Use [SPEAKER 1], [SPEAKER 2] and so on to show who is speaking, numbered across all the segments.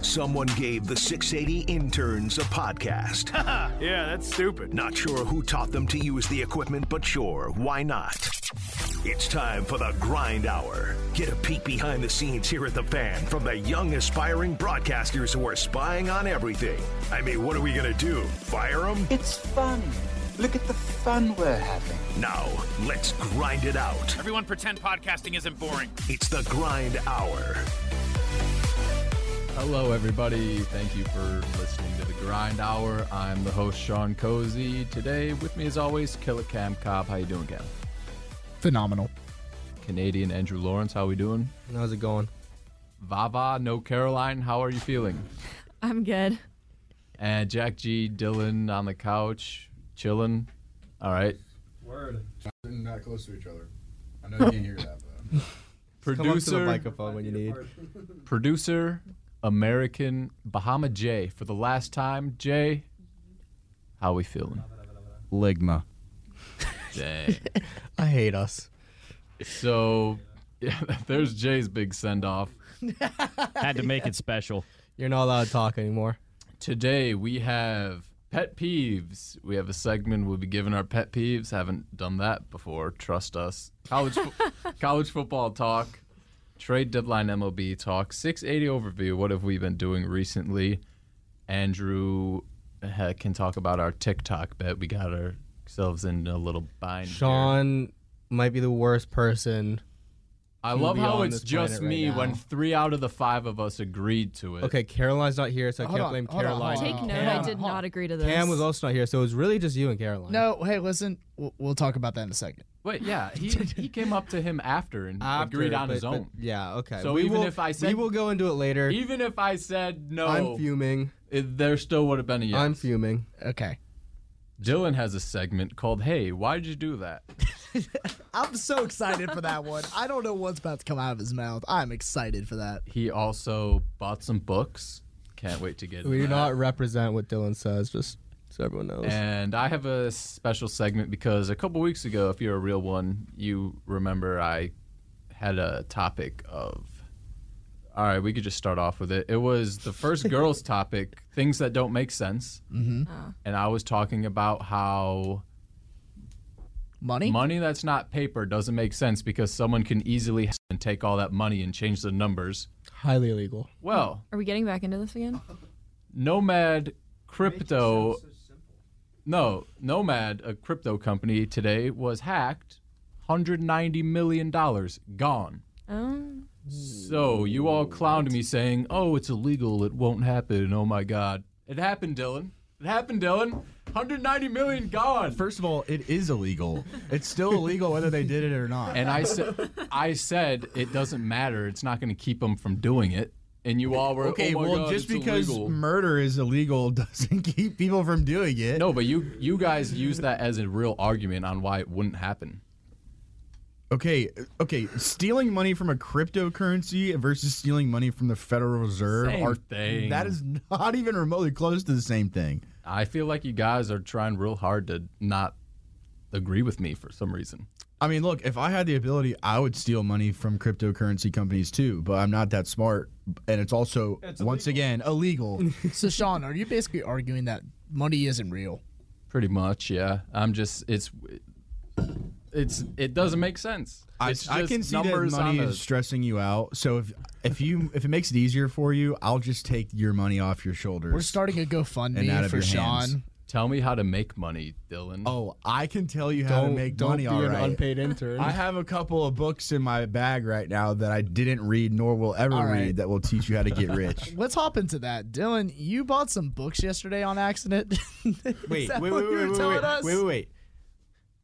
[SPEAKER 1] Someone gave the 680 interns a podcast.
[SPEAKER 2] Yeah, that's stupid.
[SPEAKER 1] not sure who taught them to use the equipment, but sure, why not? It's time for the grind hour. Get a peek behind the scenes here at the fan from the young aspiring broadcasters who are spying on everything. I mean, what are we going to do? Fire them?
[SPEAKER 3] It's fun. Look at the fun we're having.
[SPEAKER 1] Now, let's grind it out.
[SPEAKER 4] Everyone pretend podcasting isn't boring.
[SPEAKER 1] It's the grind hour.
[SPEAKER 5] Hello, everybody. Thank you for listening to the Grind Hour. I'm the host, Sean Cozy. Today, with me as always, Killer Cam Cobb. How you doing, Cam?
[SPEAKER 6] Phenomenal.
[SPEAKER 5] Canadian Andrew Lawrence. How we doing?
[SPEAKER 7] How's it going?
[SPEAKER 5] Vava, no Caroline. How are you feeling?
[SPEAKER 8] I'm good.
[SPEAKER 5] And Jack G, Dylan on the couch, chilling. All right.
[SPEAKER 9] Word. Sitting not close to each other. I know you can't hear that, but
[SPEAKER 7] Come up to the
[SPEAKER 5] Producer,
[SPEAKER 7] microphone when you need.
[SPEAKER 5] producer, American, Bahama Jay for the last time. Jay, how we feeling?
[SPEAKER 10] Ligma.
[SPEAKER 5] Dang.
[SPEAKER 7] I hate us.
[SPEAKER 5] So, yeah, there's Jay's big send off.
[SPEAKER 10] Had to make it special.
[SPEAKER 7] You're not allowed to talk anymore.
[SPEAKER 5] Today we have pet peeves. We have a segment we'll be giving our pet peeves. Haven't done that before. Trust us. College fo- college football talk, trade deadline MLB talk, 680 overview. What have we been doing recently? Andrew uh, can talk about our TikTok bet. We got ourselves in a little bind. here.
[SPEAKER 7] Sean might be the worst person.
[SPEAKER 5] I
[SPEAKER 7] to
[SPEAKER 5] love
[SPEAKER 7] be
[SPEAKER 5] how
[SPEAKER 7] on
[SPEAKER 5] it's
[SPEAKER 7] this
[SPEAKER 5] just
[SPEAKER 7] planet right
[SPEAKER 5] me
[SPEAKER 7] now.
[SPEAKER 5] when three out of the five of us agreed to it.
[SPEAKER 7] Okay, Caroline's not here, so I
[SPEAKER 6] Hold
[SPEAKER 7] can't
[SPEAKER 6] on,
[SPEAKER 7] blame
[SPEAKER 6] hold on,
[SPEAKER 7] Caroline.
[SPEAKER 6] hold
[SPEAKER 8] Take
[SPEAKER 6] Wow.
[SPEAKER 8] note,
[SPEAKER 6] Cam-
[SPEAKER 8] I did not agree to this.
[SPEAKER 7] Cam Oh, was also not here, so it was really just you and Caroline.
[SPEAKER 6] No, hey, listen, we'll, we'll talk about that in a second.
[SPEAKER 5] Wait, yeah, he he came up to him after and
[SPEAKER 7] After,
[SPEAKER 5] agreed on
[SPEAKER 7] but-
[SPEAKER 5] his
[SPEAKER 7] but-
[SPEAKER 5] own.
[SPEAKER 7] yeah, okay.
[SPEAKER 5] So
[SPEAKER 7] we
[SPEAKER 5] even
[SPEAKER 7] will,
[SPEAKER 5] if I
[SPEAKER 7] we
[SPEAKER 5] said-
[SPEAKER 7] will go into it later.
[SPEAKER 5] Even if I said
[SPEAKER 7] I'm
[SPEAKER 5] no,
[SPEAKER 7] fuming.
[SPEAKER 5] it, there still would have been a yes.
[SPEAKER 7] I'm fuming.
[SPEAKER 6] Okay.
[SPEAKER 5] Dylan has a segment called "Hey, why'd you do that?"
[SPEAKER 6] I'm so excited for that one. I don't know what's about to come out of his mouth. I'm excited for that.
[SPEAKER 5] He also bought some books. Can't wait to get.
[SPEAKER 7] We
[SPEAKER 5] into
[SPEAKER 7] do
[SPEAKER 5] that.
[SPEAKER 7] not represent what Dylan says, just so everyone knows.
[SPEAKER 5] And I have a special segment because a couple weeks ago, if you're a real one, you remember I had a topic of. All right, we could just start off with it. It was the first girls' topic, things that don't make sense. Mm-hmm. And I was talking about how
[SPEAKER 6] Money?
[SPEAKER 5] money that's not paper doesn't make sense because someone can easily and take all that money and change the numbers.
[SPEAKER 7] Highly illegal.
[SPEAKER 5] Well,
[SPEAKER 8] Are we getting back into this again?
[SPEAKER 7] Uh-huh.
[SPEAKER 5] Nomad Crypto. No, Nomad, a crypto company today, was hacked. $190 million gone.
[SPEAKER 8] Um,
[SPEAKER 5] So you all clowned me saying, oh, it's illegal. It won't happen. Oh my God. It happened, Dylan. It happened, Dylan. 190 million gone.
[SPEAKER 10] First of all, it is illegal. It's still illegal whether they did it or not.
[SPEAKER 5] And I said, I said it doesn't matter. It's not going to keep them from doing it. And you all were
[SPEAKER 10] okay,
[SPEAKER 5] "Oh my
[SPEAKER 10] well,
[SPEAKER 5] God,
[SPEAKER 10] just
[SPEAKER 5] it's
[SPEAKER 10] because
[SPEAKER 5] illegal."
[SPEAKER 10] murder is illegal doesn't keep people from doing it.
[SPEAKER 5] no, but you you guys use that as a real argument on why it wouldn't happen.
[SPEAKER 10] Okay, okay. Stealing money from a cryptocurrency versus stealing money from the Federal Reserve
[SPEAKER 5] Same
[SPEAKER 10] are
[SPEAKER 5] thing.
[SPEAKER 10] That is not even remotely close to the same thing.
[SPEAKER 5] I feel like you guys are trying real hard to not agree with me for some reason.
[SPEAKER 10] I mean, look, if I had the ability, I would steal money from cryptocurrency companies too, but I'm not that smart. And it's also, once again, illegal.
[SPEAKER 6] So, Sean, are you basically arguing that money isn't real?
[SPEAKER 5] Pretty much, yeah. I'm just it's it's it doesn't make sense.
[SPEAKER 10] I,
[SPEAKER 5] It's
[SPEAKER 10] I
[SPEAKER 5] just
[SPEAKER 10] can see that
[SPEAKER 5] numbers
[SPEAKER 10] money
[SPEAKER 5] on a-
[SPEAKER 10] is stressing you out. So if if you if it makes it easier for you, I'll just take your money off your shoulders.
[SPEAKER 6] We're starting a
[SPEAKER 10] And out
[SPEAKER 6] GoFundMe
[SPEAKER 10] of
[SPEAKER 6] for
[SPEAKER 10] your hands.
[SPEAKER 6] Sean.
[SPEAKER 5] Tell me how to make money, Dylan.
[SPEAKER 10] oh, I can tell you how to make
[SPEAKER 7] don't
[SPEAKER 10] money.
[SPEAKER 7] be
[SPEAKER 10] all
[SPEAKER 7] an
[SPEAKER 10] right.
[SPEAKER 7] unpaid intern.
[SPEAKER 10] I have a couple of books in my bag right now that I didn't read nor will ever
[SPEAKER 6] All right.
[SPEAKER 10] read that will teach you how to get rich.
[SPEAKER 6] Let's hop into that. Dylan, you bought some books yesterday on accident. Is that what you were telling us?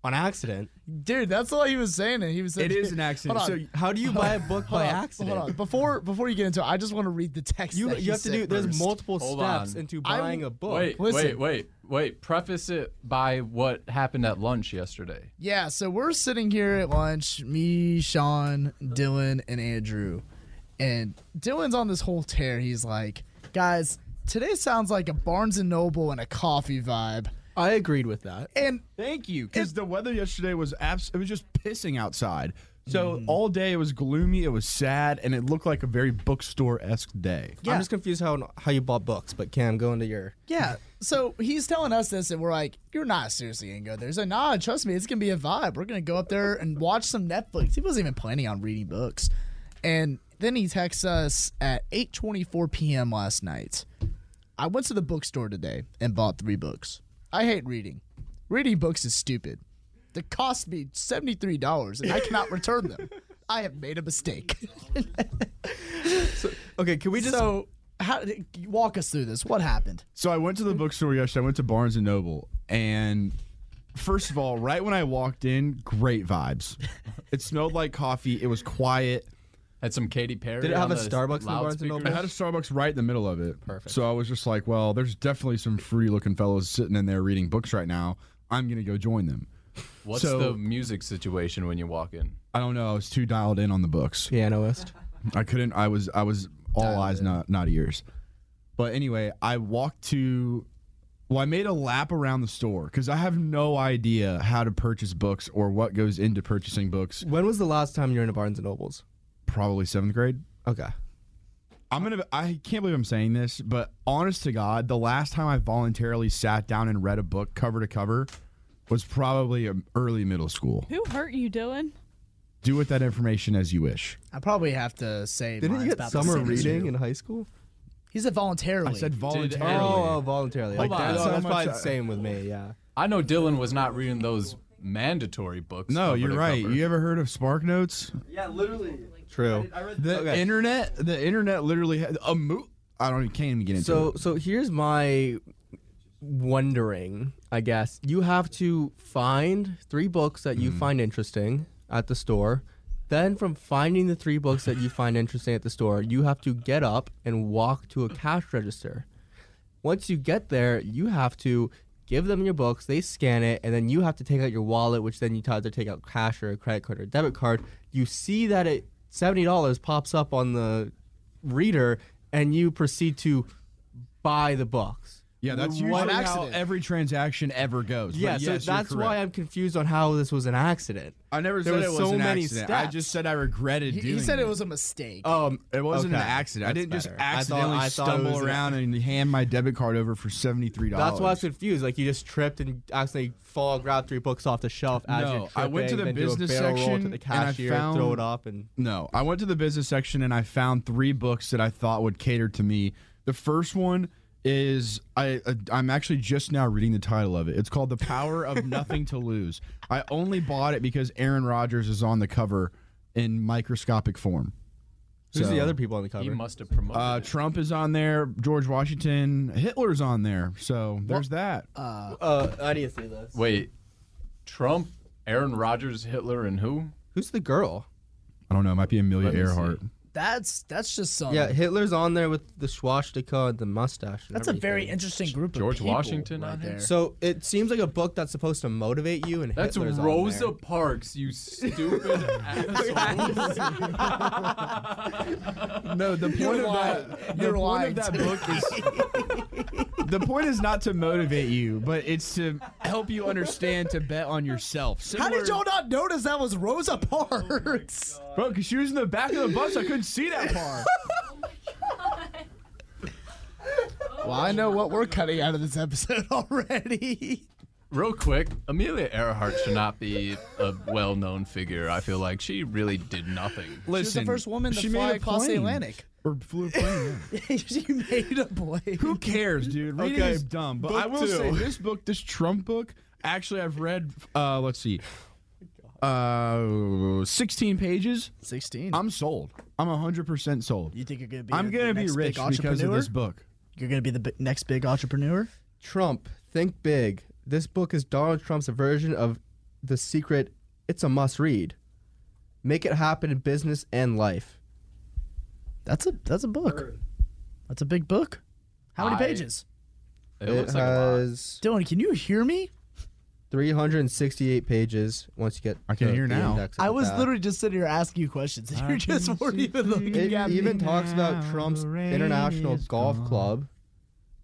[SPEAKER 7] On accident.
[SPEAKER 6] Dude, that's all he was saying. And he was saying,
[SPEAKER 7] It is an accident.
[SPEAKER 6] Hold
[SPEAKER 7] So
[SPEAKER 6] on.
[SPEAKER 7] how do you buy a book
[SPEAKER 6] Hold
[SPEAKER 7] by
[SPEAKER 6] on,
[SPEAKER 7] accident?
[SPEAKER 6] Hold on. Before before you get into it, I just want to read the text.
[SPEAKER 7] You
[SPEAKER 6] that he
[SPEAKER 7] you have to
[SPEAKER 6] sent
[SPEAKER 7] do. There's
[SPEAKER 6] first.
[SPEAKER 7] multiple
[SPEAKER 5] Hold
[SPEAKER 7] steps
[SPEAKER 5] on.
[SPEAKER 7] into
[SPEAKER 6] I'm-
[SPEAKER 7] buying a book.
[SPEAKER 5] Wait,
[SPEAKER 6] Listen.
[SPEAKER 5] wait, wait, wait. Preface it by what happened at lunch yesterday.
[SPEAKER 6] Yeah, so we're sitting here at lunch, me, Sean, Dylan, and Andrew. And Dylan's on this whole tear. He's like, guys, today sounds like a Barnes and Noble and a coffee vibe.
[SPEAKER 7] I agreed with that.
[SPEAKER 6] And
[SPEAKER 10] Thank you, because the weather yesterday was abs- it was just pissing outside. So
[SPEAKER 7] Mm-hmm.
[SPEAKER 10] all day it was gloomy, it was sad, and it looked like a very bookstore esque day.
[SPEAKER 7] I'm just confused how how you bought books, but Cam, go into your.
[SPEAKER 6] yeah, so he's telling us this, and we're like, you're not seriously going to go there. He's like, nah, trust me, it's going to be a vibe. We're going to go up there and watch some Netflix. He wasn't even planning on reading books. And then he texts us at 8.24 p.m. last night. I went to the bookstore today and bought three books. I hate reading. Reading books is stupid. They cost me $73 and I cannot return them. I have made a mistake.
[SPEAKER 7] Okay, can we just?
[SPEAKER 6] so, how, walk us through this. What happened?
[SPEAKER 10] So I went to the bookstore yesterday. I went to Barnes and Noble, and first of all, right when I walked in, great vibes. It smelled like coffee. It was quiet.
[SPEAKER 5] Had some Katy Perry.
[SPEAKER 7] Did it have
[SPEAKER 5] on
[SPEAKER 7] a
[SPEAKER 5] the
[SPEAKER 7] Starbucks in Barnes and
[SPEAKER 5] loudspeaker.
[SPEAKER 10] I
[SPEAKER 7] Noble?
[SPEAKER 10] had a Starbucks right in the middle of it.
[SPEAKER 7] Perfect.
[SPEAKER 10] So I was just like, well, there's definitely some free looking fellows sitting in there reading books right now. I'm gonna go join them.
[SPEAKER 5] What's
[SPEAKER 10] So-
[SPEAKER 5] the music situation when you walk in?
[SPEAKER 10] I don't know. I was too dialed in on the books.
[SPEAKER 7] pianist.
[SPEAKER 10] I couldn't. I was. I was all eyes, not not ears. But anyway, I walked to. Well, I made a lap around the store because I have no idea how to purchase books or what goes into purchasing books.
[SPEAKER 7] When was the last time you were in a Barnes and Nobles?
[SPEAKER 10] Probably seventh grade.
[SPEAKER 7] Okay.
[SPEAKER 10] I'm gonna. I can't believe I'm saying this, but honest to God, the last time I voluntarily sat down and read a book cover to cover was probably um, early middle school.
[SPEAKER 2] Who hurt you, Dylan?
[SPEAKER 10] Do with that information as you wish.
[SPEAKER 6] I probably have to say
[SPEAKER 7] Didn't
[SPEAKER 6] mine's
[SPEAKER 7] you get
[SPEAKER 6] about the
[SPEAKER 7] summer
[SPEAKER 6] same as
[SPEAKER 7] reading
[SPEAKER 6] you.
[SPEAKER 7] in high school?
[SPEAKER 6] He said voluntarily.
[SPEAKER 10] I said voluntarily.
[SPEAKER 7] Oh, oh, voluntarily.
[SPEAKER 5] Like,
[SPEAKER 7] Like
[SPEAKER 5] that's
[SPEAKER 7] that's,
[SPEAKER 10] how
[SPEAKER 7] that's
[SPEAKER 10] much
[SPEAKER 7] probably
[SPEAKER 10] I-
[SPEAKER 7] the same with me. Yeah.
[SPEAKER 5] I know Dylan was not reading those mandatory books.
[SPEAKER 10] no,
[SPEAKER 5] cover
[SPEAKER 10] Oh, you're
[SPEAKER 5] to
[SPEAKER 10] right.
[SPEAKER 5] cover.
[SPEAKER 10] You ever heard of Spark Notes?
[SPEAKER 7] True.
[SPEAKER 10] The
[SPEAKER 7] Okay.
[SPEAKER 10] internet, the internet literally had a mo- I don't even can't even get into
[SPEAKER 7] So
[SPEAKER 10] it.
[SPEAKER 7] so here's my wondering, I guess. You have to find three books that you
[SPEAKER 10] Mm.
[SPEAKER 7] find interesting at the store. Then from finding the three books that you find interesting at the store, you have to get up and walk to a cash register. Once you get there, you have to give them your books, they scan it, and then you have to take out your wallet, which then you have to take out cash or a credit card or debit card. You see that it seventy dollars pops up on the reader, and you proceed to buy the books.
[SPEAKER 10] Yeah, that's usually
[SPEAKER 6] What
[SPEAKER 10] how
[SPEAKER 6] accident?
[SPEAKER 10] every transaction ever goes.
[SPEAKER 7] Yeah,
[SPEAKER 10] But yes,
[SPEAKER 7] so
[SPEAKER 10] you're
[SPEAKER 7] that's
[SPEAKER 10] correct.
[SPEAKER 7] why I'm confused on how this was an accident.
[SPEAKER 10] I never
[SPEAKER 7] there
[SPEAKER 10] said
[SPEAKER 7] was
[SPEAKER 10] it was
[SPEAKER 7] so
[SPEAKER 10] an
[SPEAKER 7] many
[SPEAKER 10] accident. I
[SPEAKER 7] steps.
[SPEAKER 10] just said I regretted
[SPEAKER 6] He,
[SPEAKER 10] doing.
[SPEAKER 6] he said it was a mistake.
[SPEAKER 7] Um,
[SPEAKER 10] It wasn't an
[SPEAKER 7] okay,
[SPEAKER 10] accident. I
[SPEAKER 7] that's
[SPEAKER 10] didn't just
[SPEAKER 7] better. I thought-
[SPEAKER 10] accidentally
[SPEAKER 7] I thought it
[SPEAKER 10] stumble
[SPEAKER 7] was an-
[SPEAKER 10] around and hand my debit card over for seventy three dollars.
[SPEAKER 7] That's why I was confused. Like you just tripped and accidentally fall, grab three books off the shelf as
[SPEAKER 10] No,
[SPEAKER 7] you're
[SPEAKER 10] I went to the
[SPEAKER 7] tripping, then do a
[SPEAKER 10] business
[SPEAKER 7] barrel roll
[SPEAKER 10] section,
[SPEAKER 7] to
[SPEAKER 10] and I
[SPEAKER 7] the cashier,
[SPEAKER 10] found-
[SPEAKER 7] throw it up, and
[SPEAKER 10] No, I went to the business section and I found three books that I thought would cater to me. The first one is I uh, I'm actually just now reading the title of it. It's called The Power of Nothing to Lose. I only bought it because Aaron Rodgers is on the cover in microscopic form.
[SPEAKER 7] who's
[SPEAKER 10] So-
[SPEAKER 7] the other people on the cover?
[SPEAKER 5] He must have promoted.
[SPEAKER 10] Uh,
[SPEAKER 5] it.
[SPEAKER 10] Trump is on there, George Washington, Hitler's on there. So there's that.
[SPEAKER 7] uh, I didn't see this.
[SPEAKER 5] Wait, Trump, Aaron Rodgers, Hitler, and who?
[SPEAKER 7] Who's the girl?
[SPEAKER 10] I don't know, it might be Amelia
[SPEAKER 5] Let me see.
[SPEAKER 10] Earhart.
[SPEAKER 6] that's that's just some.
[SPEAKER 7] Yeah, Hitler's on there with the swastika and the mustache. and
[SPEAKER 6] that's a very
[SPEAKER 7] everything.
[SPEAKER 6] interesting group.
[SPEAKER 5] George
[SPEAKER 6] of people
[SPEAKER 5] Washington
[SPEAKER 6] right
[SPEAKER 5] on here?
[SPEAKER 6] there.
[SPEAKER 7] So it seems like a book that's supposed to motivate you, and
[SPEAKER 5] That's
[SPEAKER 7] Hitler's
[SPEAKER 5] Rosa
[SPEAKER 7] On
[SPEAKER 5] Parks. You stupid asshole.
[SPEAKER 7] there.
[SPEAKER 10] No, the point of
[SPEAKER 6] You're lying.
[SPEAKER 10] that,
[SPEAKER 6] You're
[SPEAKER 10] the point
[SPEAKER 6] lying
[SPEAKER 10] of that
[SPEAKER 6] to
[SPEAKER 10] book is the point is not to motivate you, but it's to help you understand to bet on yourself.
[SPEAKER 6] How
[SPEAKER 10] Similar-
[SPEAKER 6] did y'all not notice that was Rosa Parks?
[SPEAKER 10] bro? Because she was in the back of the bus, I couldn't see that far.
[SPEAKER 6] well, I know what we're cutting out of this episode already.
[SPEAKER 5] Real quick, Amelia Earhart should not be a well-known figure. I feel like she really did nothing.
[SPEAKER 6] She was the
[SPEAKER 10] Listen,
[SPEAKER 6] first woman to
[SPEAKER 10] she
[SPEAKER 6] fly
[SPEAKER 10] made a
[SPEAKER 6] across the
[SPEAKER 10] plane.
[SPEAKER 6] Atlantic.
[SPEAKER 10] Or flew a plane. yeah.
[SPEAKER 6] she made a play.
[SPEAKER 10] Who cares, dude? Reading
[SPEAKER 7] Okay,
[SPEAKER 10] is dumb. But
[SPEAKER 7] book
[SPEAKER 10] I will
[SPEAKER 7] two.
[SPEAKER 10] say this book, this Trump book, actually I've read. Uh, let's see. Uh, 16 pages.
[SPEAKER 6] Sixteen.
[SPEAKER 10] I'm sold. I'm 100% sold.
[SPEAKER 6] you think you're gonna be?
[SPEAKER 10] I'm
[SPEAKER 6] the
[SPEAKER 10] going to be
[SPEAKER 6] next big
[SPEAKER 10] rich because of
[SPEAKER 6] entrepreneur?
[SPEAKER 10] this book.
[SPEAKER 6] You're gonna be the bi- next big entrepreneur.
[SPEAKER 7] Trump, think big. This book is Donald Trump's version of the secret it's a must read. Make it happen in business and life.
[SPEAKER 6] That's a that's a book. That's a big book. How many
[SPEAKER 5] I-
[SPEAKER 6] pages?
[SPEAKER 5] It, looks like
[SPEAKER 10] Uh,
[SPEAKER 5] a lot.
[SPEAKER 7] has
[SPEAKER 6] Dylan, can you hear me?
[SPEAKER 7] 368 pages once you get
[SPEAKER 10] I can
[SPEAKER 7] the-
[SPEAKER 10] hear
[SPEAKER 7] the
[SPEAKER 10] now.
[SPEAKER 7] index of
[SPEAKER 6] I
[SPEAKER 7] the
[SPEAKER 6] was
[SPEAKER 7] back.
[SPEAKER 6] literally just sitting here asking you questions, and you just weren't even looking
[SPEAKER 7] It
[SPEAKER 6] at
[SPEAKER 7] even
[SPEAKER 6] me.
[SPEAKER 7] talks about Trump's international golf club.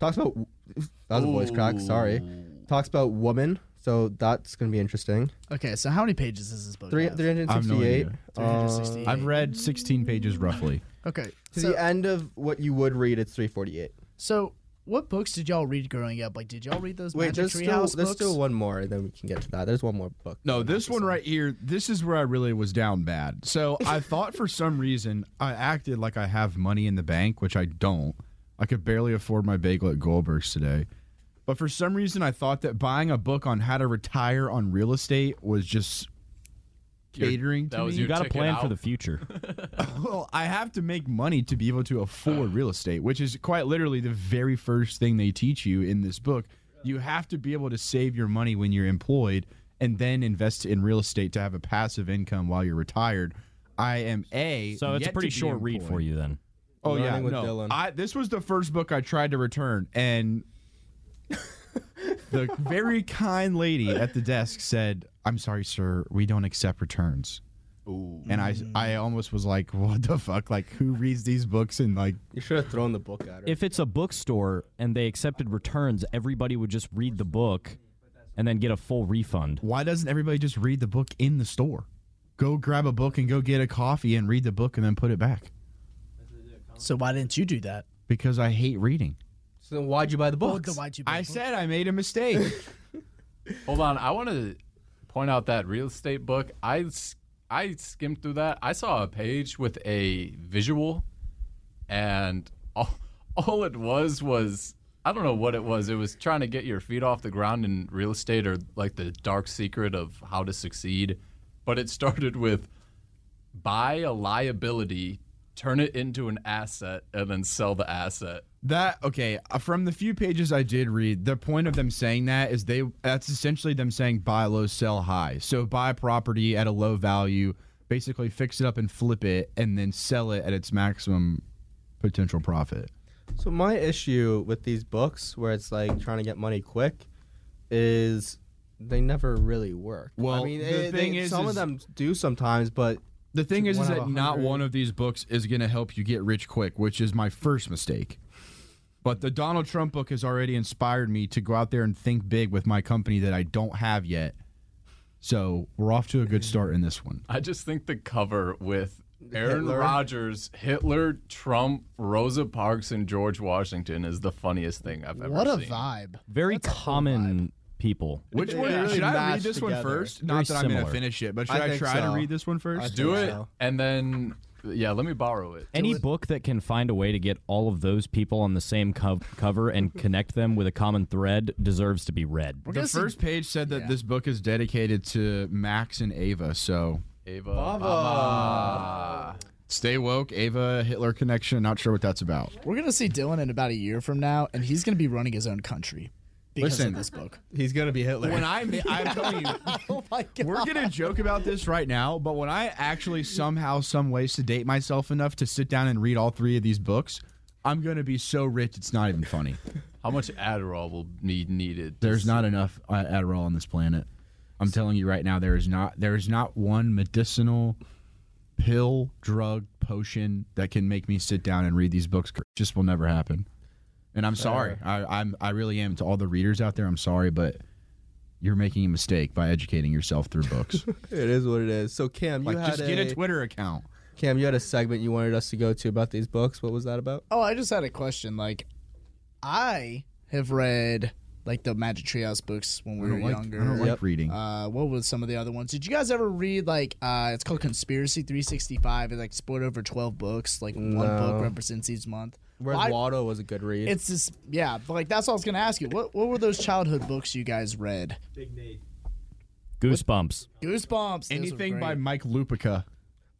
[SPEAKER 7] Talks about that was a voice crack. Sorry. Talks about woman. So that's gonna be interesting.
[SPEAKER 6] Okay, so how many pages is this book?
[SPEAKER 7] Three
[SPEAKER 6] have?
[SPEAKER 7] three hundred
[SPEAKER 10] I have no
[SPEAKER 7] sixty-eight.
[SPEAKER 10] idea.
[SPEAKER 6] Uh,
[SPEAKER 10] I've read 16 pages roughly.
[SPEAKER 6] Okay,
[SPEAKER 7] to
[SPEAKER 6] so,
[SPEAKER 7] the end of what you would read, it's three forty-eight.
[SPEAKER 6] so what books did y'all read growing up? Like, did y'all read those
[SPEAKER 7] Wait,
[SPEAKER 6] Magic
[SPEAKER 7] there's still
[SPEAKER 6] Treehouse
[SPEAKER 7] there's
[SPEAKER 6] books?
[SPEAKER 7] still one more, and then we can get to that. There's one more book.
[SPEAKER 10] No, this one right here, this is where I really was down bad. So I thought for some reason I acted like I have money in the bank, which I don't. I could barely afford my bagel at Goldberg's today. But for some reason, I thought that buying a book on how to retire on real estate was just
[SPEAKER 5] Your-
[SPEAKER 10] catering to
[SPEAKER 5] that was
[SPEAKER 10] me.
[SPEAKER 5] your
[SPEAKER 2] got to
[SPEAKER 5] ticket
[SPEAKER 2] plan for
[SPEAKER 5] out.
[SPEAKER 2] the future.
[SPEAKER 10] Well, I have to make money to be able to afford real estate, which is quite literally the very first thing they teach you in this book. You have to be able to save your money when you're employed and then invest in real estate to have a passive income while you're retired. I am a
[SPEAKER 2] So it's a
[SPEAKER 10] yet
[SPEAKER 2] pretty
[SPEAKER 10] to be
[SPEAKER 2] short read for
[SPEAKER 10] employed.
[SPEAKER 2] you then.
[SPEAKER 10] Oh yeah,
[SPEAKER 7] Learning with
[SPEAKER 10] no.
[SPEAKER 7] Dylan.
[SPEAKER 10] I this was the first book I tried to return and the very kind lady at the desk said, "I'm sorry, sir, we don't accept returns." And I, I almost was like, "What the fuck? Like, who reads these books?" And like,
[SPEAKER 7] You should have thrown the book at her.
[SPEAKER 2] If it's a bookstore and they accepted returns, everybody would just read the book and then get a full refund.
[SPEAKER 10] why doesn't everybody just read the book in the store? Go grab a book and go get a coffee and read the book and then put it back
[SPEAKER 6] So why didn't you do that?
[SPEAKER 10] because I hate reading.
[SPEAKER 7] so then why'd you buy the
[SPEAKER 6] Oh,
[SPEAKER 7] books?
[SPEAKER 6] then why'd you buy
[SPEAKER 10] I
[SPEAKER 6] a book?
[SPEAKER 10] said I made a mistake.
[SPEAKER 5] Hold on, I want to point out that real estate book. I s- I skimmed through that. I saw a page with a visual, and all, all it was was I don't know what it was. It was trying to get your feet off the ground in real estate or like the dark secret of how to succeed. But it started with buy a liability, turn it into an asset, and then sell the asset.
[SPEAKER 10] That okay, uh, from the few pages I did read, the point of them saying that is they that's essentially them saying buy low, sell high. So buy property at a low value, basically fix it up and flip it and then sell it at its maximum potential profit.
[SPEAKER 7] So my issue with these books, where it's like trying to get money quick, is they never really work.
[SPEAKER 10] Well,
[SPEAKER 7] I mean,
[SPEAKER 10] the
[SPEAKER 7] eh,
[SPEAKER 10] thing
[SPEAKER 7] they-
[SPEAKER 10] is-
[SPEAKER 7] some
[SPEAKER 10] is-
[SPEAKER 7] of them do sometimes, but
[SPEAKER 10] The thing is,
[SPEAKER 7] one
[SPEAKER 10] is
[SPEAKER 7] out
[SPEAKER 10] that
[SPEAKER 7] of
[SPEAKER 10] not
[SPEAKER 7] 100.
[SPEAKER 10] one of these books is going to help you get rich quick, which is my first mistake. But the Donald Trump book has already inspired me to go out there and think big with my company that I don't have yet. So we're off to a good start in this one.
[SPEAKER 5] I just think the cover with Aaron
[SPEAKER 7] Hitler.
[SPEAKER 5] Rodgers, Hitler, Trump, Rosa Parks, and George Washington is the funniest thing I've ever
[SPEAKER 6] What a
[SPEAKER 5] seen.
[SPEAKER 6] vibe!
[SPEAKER 2] Very common people.
[SPEAKER 10] Which
[SPEAKER 7] They
[SPEAKER 10] one
[SPEAKER 7] really
[SPEAKER 10] should I read
[SPEAKER 7] mashed
[SPEAKER 10] this one
[SPEAKER 7] together.
[SPEAKER 10] first?
[SPEAKER 2] Very
[SPEAKER 10] Not that I'm gonna
[SPEAKER 2] similar.
[SPEAKER 10] finish it, but
[SPEAKER 7] I
[SPEAKER 10] should I,
[SPEAKER 7] think
[SPEAKER 10] try to
[SPEAKER 7] so.
[SPEAKER 10] read this one first?
[SPEAKER 7] think
[SPEAKER 5] Do it,
[SPEAKER 7] so.
[SPEAKER 5] and then yeah, let me borrow it.
[SPEAKER 2] Any book that can find a way to get all of those people on the same co- cover and connect them with a common thread deserves to be read.
[SPEAKER 10] The first page said that this book is dedicated to Max and Ava, so
[SPEAKER 5] Ava, Baba.
[SPEAKER 10] stay woke, Ava Hitler connection. Not sure what that's about.
[SPEAKER 6] We're gonna see Dylan in about a year from now, and he's gonna be running his own country because
[SPEAKER 10] Listen.
[SPEAKER 6] of this book.
[SPEAKER 7] he's gonna be Hitler.
[SPEAKER 10] When I ma- I'm telling you,
[SPEAKER 6] Oh my god!
[SPEAKER 10] we're gonna joke about this right now, but when I actually somehow, some way sedate myself enough to sit down and read all three of these books, I'm gonna be so rich it's not even funny.
[SPEAKER 5] How much Adderall will be needed? to
[SPEAKER 10] There's
[SPEAKER 5] s-
[SPEAKER 10] not enough uh, Adderall on this planet. I'm telling you right now, there is not there is not one medicinal pill, drug, potion that can make me sit down and read these books. It just will never happen. And I'm sorry. I, I'm I really am to all the readers out there. I'm sorry, but you're making a mistake by educating yourself through books.
[SPEAKER 7] it is what it is. So Cam, you
[SPEAKER 10] like
[SPEAKER 7] had
[SPEAKER 10] just get a Twitter account.
[SPEAKER 7] Cam, you had a segment you wanted us to go to about these books. What was that about?
[SPEAKER 6] Oh, I just had a question. Like, I have read like the Magic Treehouse books when we were
[SPEAKER 10] Like,
[SPEAKER 6] younger.
[SPEAKER 10] I don't like
[SPEAKER 7] Yep.
[SPEAKER 10] reading.
[SPEAKER 6] uh, what was some of the other ones? Did you guys ever read like uh, it's called Conspiracy 365? It like split over 12 books. Like one book represents each month.
[SPEAKER 7] Where's
[SPEAKER 6] Well, I-
[SPEAKER 7] Waldo was a good read.
[SPEAKER 6] It's just yeah, but, like that's what I was gonna ask you. What what were those childhood books you guys read?
[SPEAKER 2] Goosebumps.
[SPEAKER 6] Goosebumps. those were
[SPEAKER 10] Anything
[SPEAKER 6] great.
[SPEAKER 10] by Mike Lupica.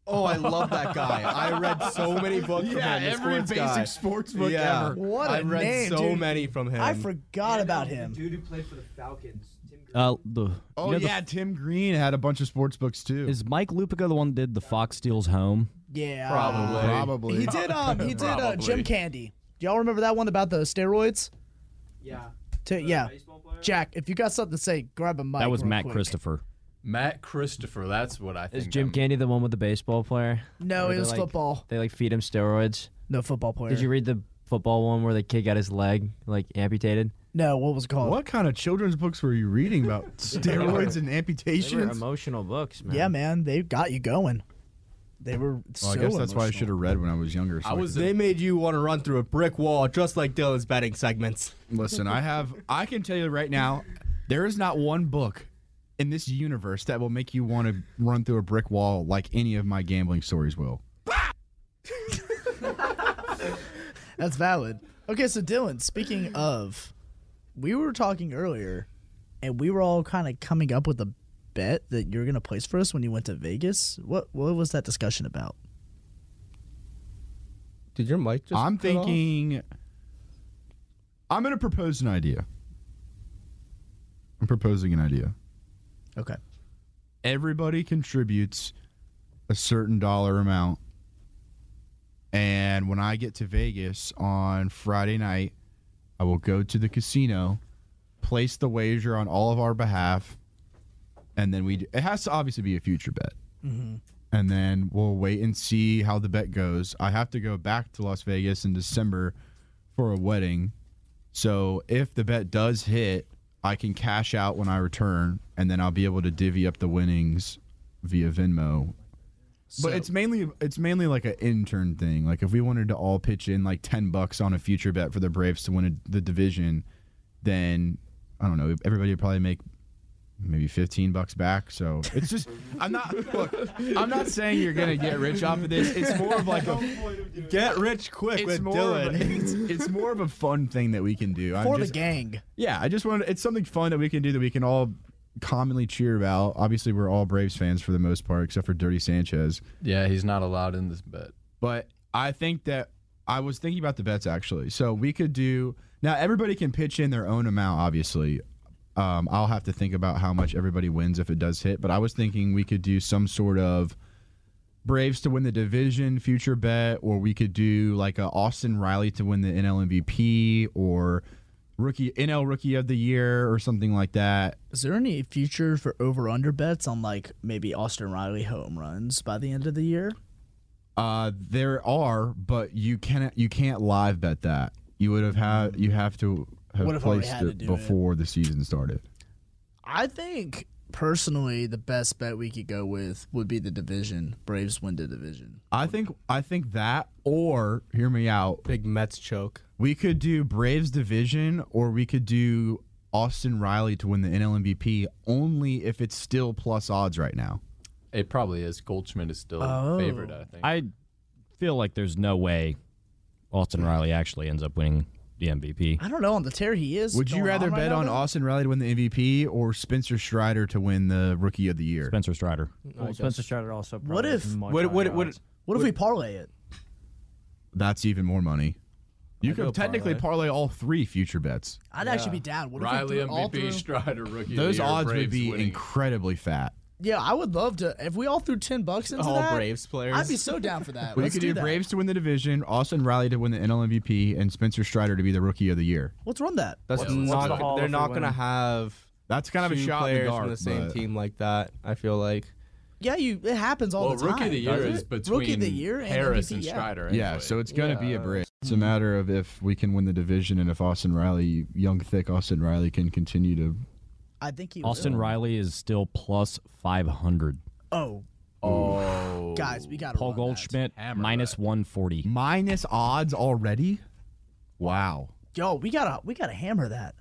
[SPEAKER 7] oh, I love that guy. I read so many books from him. the sports guy.
[SPEAKER 10] sports
[SPEAKER 7] yeah.
[SPEAKER 6] What
[SPEAKER 7] I
[SPEAKER 6] a
[SPEAKER 7] read
[SPEAKER 6] name,
[SPEAKER 7] so
[SPEAKER 6] dude.
[SPEAKER 7] many from him.
[SPEAKER 6] I forgot about him.
[SPEAKER 9] dude who played for the Falcons, Tim
[SPEAKER 2] Uh, the
[SPEAKER 10] Oh,
[SPEAKER 2] you know the
[SPEAKER 10] yeah, Tim Green had a bunch of sports books too.
[SPEAKER 2] Is Mike Lupica the one that did the Fox Steals Home?
[SPEAKER 6] Yeah.
[SPEAKER 10] Probably. Probably.
[SPEAKER 6] He did um he did uh, Jim
[SPEAKER 2] Probably.
[SPEAKER 6] Candy. Do y'all remember that one about the steroids?
[SPEAKER 7] Yeah.
[SPEAKER 6] To, yeah. Jack, if you got something to say, grab a mic.
[SPEAKER 2] was
[SPEAKER 6] real
[SPEAKER 2] Matt
[SPEAKER 6] quick.
[SPEAKER 2] Christopher.
[SPEAKER 5] Matt Christopher, that's what I think.
[SPEAKER 11] Is Jim Candy the one with the baseball player?
[SPEAKER 6] No,
[SPEAKER 11] Where
[SPEAKER 6] it
[SPEAKER 11] they,
[SPEAKER 6] was
[SPEAKER 11] like-
[SPEAKER 6] football.
[SPEAKER 11] They like feed him steroids.
[SPEAKER 6] No football player.
[SPEAKER 11] Did you read the football one where the kid got his leg like amputated?
[SPEAKER 6] No, what was it called?
[SPEAKER 10] What kind of children's books were you reading about steroids and amputations?
[SPEAKER 11] emotional books,
[SPEAKER 6] Yeah, man, they got you going. They were so
[SPEAKER 10] Well, I guess that's why I
[SPEAKER 6] emotional.
[SPEAKER 10] should have read when I was younger. so I could-
[SPEAKER 7] they made you want to run through a brick wall, just like Dylan's betting segments.
[SPEAKER 10] Listen, I have. I can tell you right now, there is not one book in this universe that will make you want to run through a brick wall like any of my gambling stories will.
[SPEAKER 6] That's valid. Okay, so Dylan, speaking of, we were talking earlier, and we were all kind of coming up with a bet that you're gonna place for us when you went to Vegas. What what was that discussion about?
[SPEAKER 7] Did your mic just?
[SPEAKER 10] I'm thinking. I'm going to propose an idea. I'm proposing an idea.
[SPEAKER 6] Okay.
[SPEAKER 10] Everybody contributes a certain dollar amount. And when I get to Vegas on Friday night, I will go to the casino, place the wager on all of our behalf, and then we it has to obviously be a future bet
[SPEAKER 6] Mm-hmm.
[SPEAKER 10] and then we'll wait and see how the bet goes. I have to go back to Las Vegas in December for a wedding. So if the bet does hit, I can cash out when I return and then I'll be able to divvy up the winnings via Venmo.
[SPEAKER 6] So-
[SPEAKER 10] but it's mainly it's mainly like an intern thing. Like if we wanted to all pitch in like 10 bucks on a future bet for the Braves to win a, the division, then I don't know, everybody would probably make maybe 15 bucks back. So it's just I'm not look, I'm not saying you're gonna get rich off of this. It's more of like a
[SPEAKER 7] get rich quick
[SPEAKER 10] with Dylan. it's, it's more of a fun thing that we can do I'm
[SPEAKER 6] For the
[SPEAKER 10] just-
[SPEAKER 6] gang.
[SPEAKER 10] Yeah, I just wanted. It's something fun that we can do that we can all commonly cheer about. Obviously, we're all Braves fans for the most part, except for Dirty Sanchez.
[SPEAKER 5] Yeah, he's not allowed in this bet.
[SPEAKER 10] But I think that I was thinking about the bets actually. So we could do now. Everybody can pitch in their own amount, obviously. Um, I'll have to think about how much everybody wins if it does hit. But I was thinking we could do some sort of Braves to win the division future bet, or we could do like a Austin Riley to win the NL MVP, or rookie NL Rookie of the Year, or something like that.
[SPEAKER 6] Is there any future for over under bets on like maybe Austin Riley home runs by the end of the year?
[SPEAKER 10] Uh, there are, but you can't you can't live bet that. You would have had you have to
[SPEAKER 6] Would
[SPEAKER 10] have
[SPEAKER 6] have already
[SPEAKER 10] placed
[SPEAKER 6] had to
[SPEAKER 10] it
[SPEAKER 6] do it.
[SPEAKER 10] before the season started.
[SPEAKER 6] I think personally the best bet we could go with would be the division. Braves win the division.
[SPEAKER 10] I think I think that or hear me out.
[SPEAKER 7] Big Mets choke.
[SPEAKER 10] We could do Braves division or we could do Austin Riley to win the NL MVP only if it's still plus odds right now.
[SPEAKER 5] It probably is. Goldschmidt is still
[SPEAKER 6] Oh.
[SPEAKER 5] favored, I think.
[SPEAKER 2] I feel like there's no way Austin Riley actually ends up winning the MVP.
[SPEAKER 6] I don't know on the tear he is.
[SPEAKER 10] Would you
[SPEAKER 6] going
[SPEAKER 10] rather
[SPEAKER 6] right
[SPEAKER 10] bet
[SPEAKER 6] now,
[SPEAKER 10] on
[SPEAKER 6] though?
[SPEAKER 10] Austin Riley to win the MVP or Spencer Strider to win the Rookie of the Year?
[SPEAKER 2] Spencer Strider.
[SPEAKER 7] Mm,
[SPEAKER 11] Well, Spencer Strider also.
[SPEAKER 6] What
[SPEAKER 11] probably
[SPEAKER 6] if-
[SPEAKER 11] has much
[SPEAKER 10] What-
[SPEAKER 11] higher
[SPEAKER 10] what- what-
[SPEAKER 11] odds.
[SPEAKER 6] What if we parlay it?
[SPEAKER 10] That's even more money. You
[SPEAKER 5] I'd do a
[SPEAKER 10] could technically parlay. all three future bets.
[SPEAKER 6] I'd actually be down. What
[SPEAKER 5] Riley
[SPEAKER 6] if we threw it all
[SPEAKER 5] MVP,
[SPEAKER 6] through-
[SPEAKER 5] Strider rookie. of
[SPEAKER 10] Those
[SPEAKER 5] the year,
[SPEAKER 10] odds would
[SPEAKER 5] Braves
[SPEAKER 10] be
[SPEAKER 5] winning.
[SPEAKER 10] incredibly fat.
[SPEAKER 6] Yeah, I would love to. If we all threw ten bucks into
[SPEAKER 10] All
[SPEAKER 6] that,
[SPEAKER 10] Braves players.
[SPEAKER 6] I'd be so down for that.
[SPEAKER 10] We
[SPEAKER 6] Let's
[SPEAKER 10] could
[SPEAKER 6] do
[SPEAKER 10] do
[SPEAKER 6] that.
[SPEAKER 10] Braves to win the division, Austin Riley to win the NL MVP, and Spencer Strider to be the Rookie of the Year.
[SPEAKER 6] Let's run that.
[SPEAKER 7] That's
[SPEAKER 10] What's- what's
[SPEAKER 7] not.
[SPEAKER 10] the haul
[SPEAKER 7] they're
[SPEAKER 10] if we
[SPEAKER 7] not
[SPEAKER 10] win?
[SPEAKER 7] going to have.
[SPEAKER 10] That's kind of a
[SPEAKER 7] two
[SPEAKER 10] shot in the
[SPEAKER 7] players
[SPEAKER 10] dark,
[SPEAKER 7] from the same
[SPEAKER 10] but-
[SPEAKER 7] team like that. I feel like.
[SPEAKER 6] Yeah, you. It happens all
[SPEAKER 5] Well,
[SPEAKER 6] the time.
[SPEAKER 5] rookie of the year
[SPEAKER 6] doesn't
[SPEAKER 5] is
[SPEAKER 6] it?
[SPEAKER 5] between
[SPEAKER 6] rookie of the year and
[SPEAKER 5] Harris
[SPEAKER 6] MVP,
[SPEAKER 5] and
[SPEAKER 6] yeah.
[SPEAKER 5] Strider.
[SPEAKER 10] Yeah, so it's going to be a
[SPEAKER 7] Yeah.
[SPEAKER 10] Braves. It's a matter of if we can win the division and if Austin Riley, young, thick Austin Riley, can continue to.
[SPEAKER 6] I think he.
[SPEAKER 2] Austin
[SPEAKER 6] will.
[SPEAKER 2] Riley is still plus 500.
[SPEAKER 6] Oh,
[SPEAKER 5] Oh.
[SPEAKER 6] guys, we got
[SPEAKER 2] Paul Goldschmidt minus 140.
[SPEAKER 10] Minus odds already? Wow.
[SPEAKER 6] Yo, we gotta we gotta hammer that.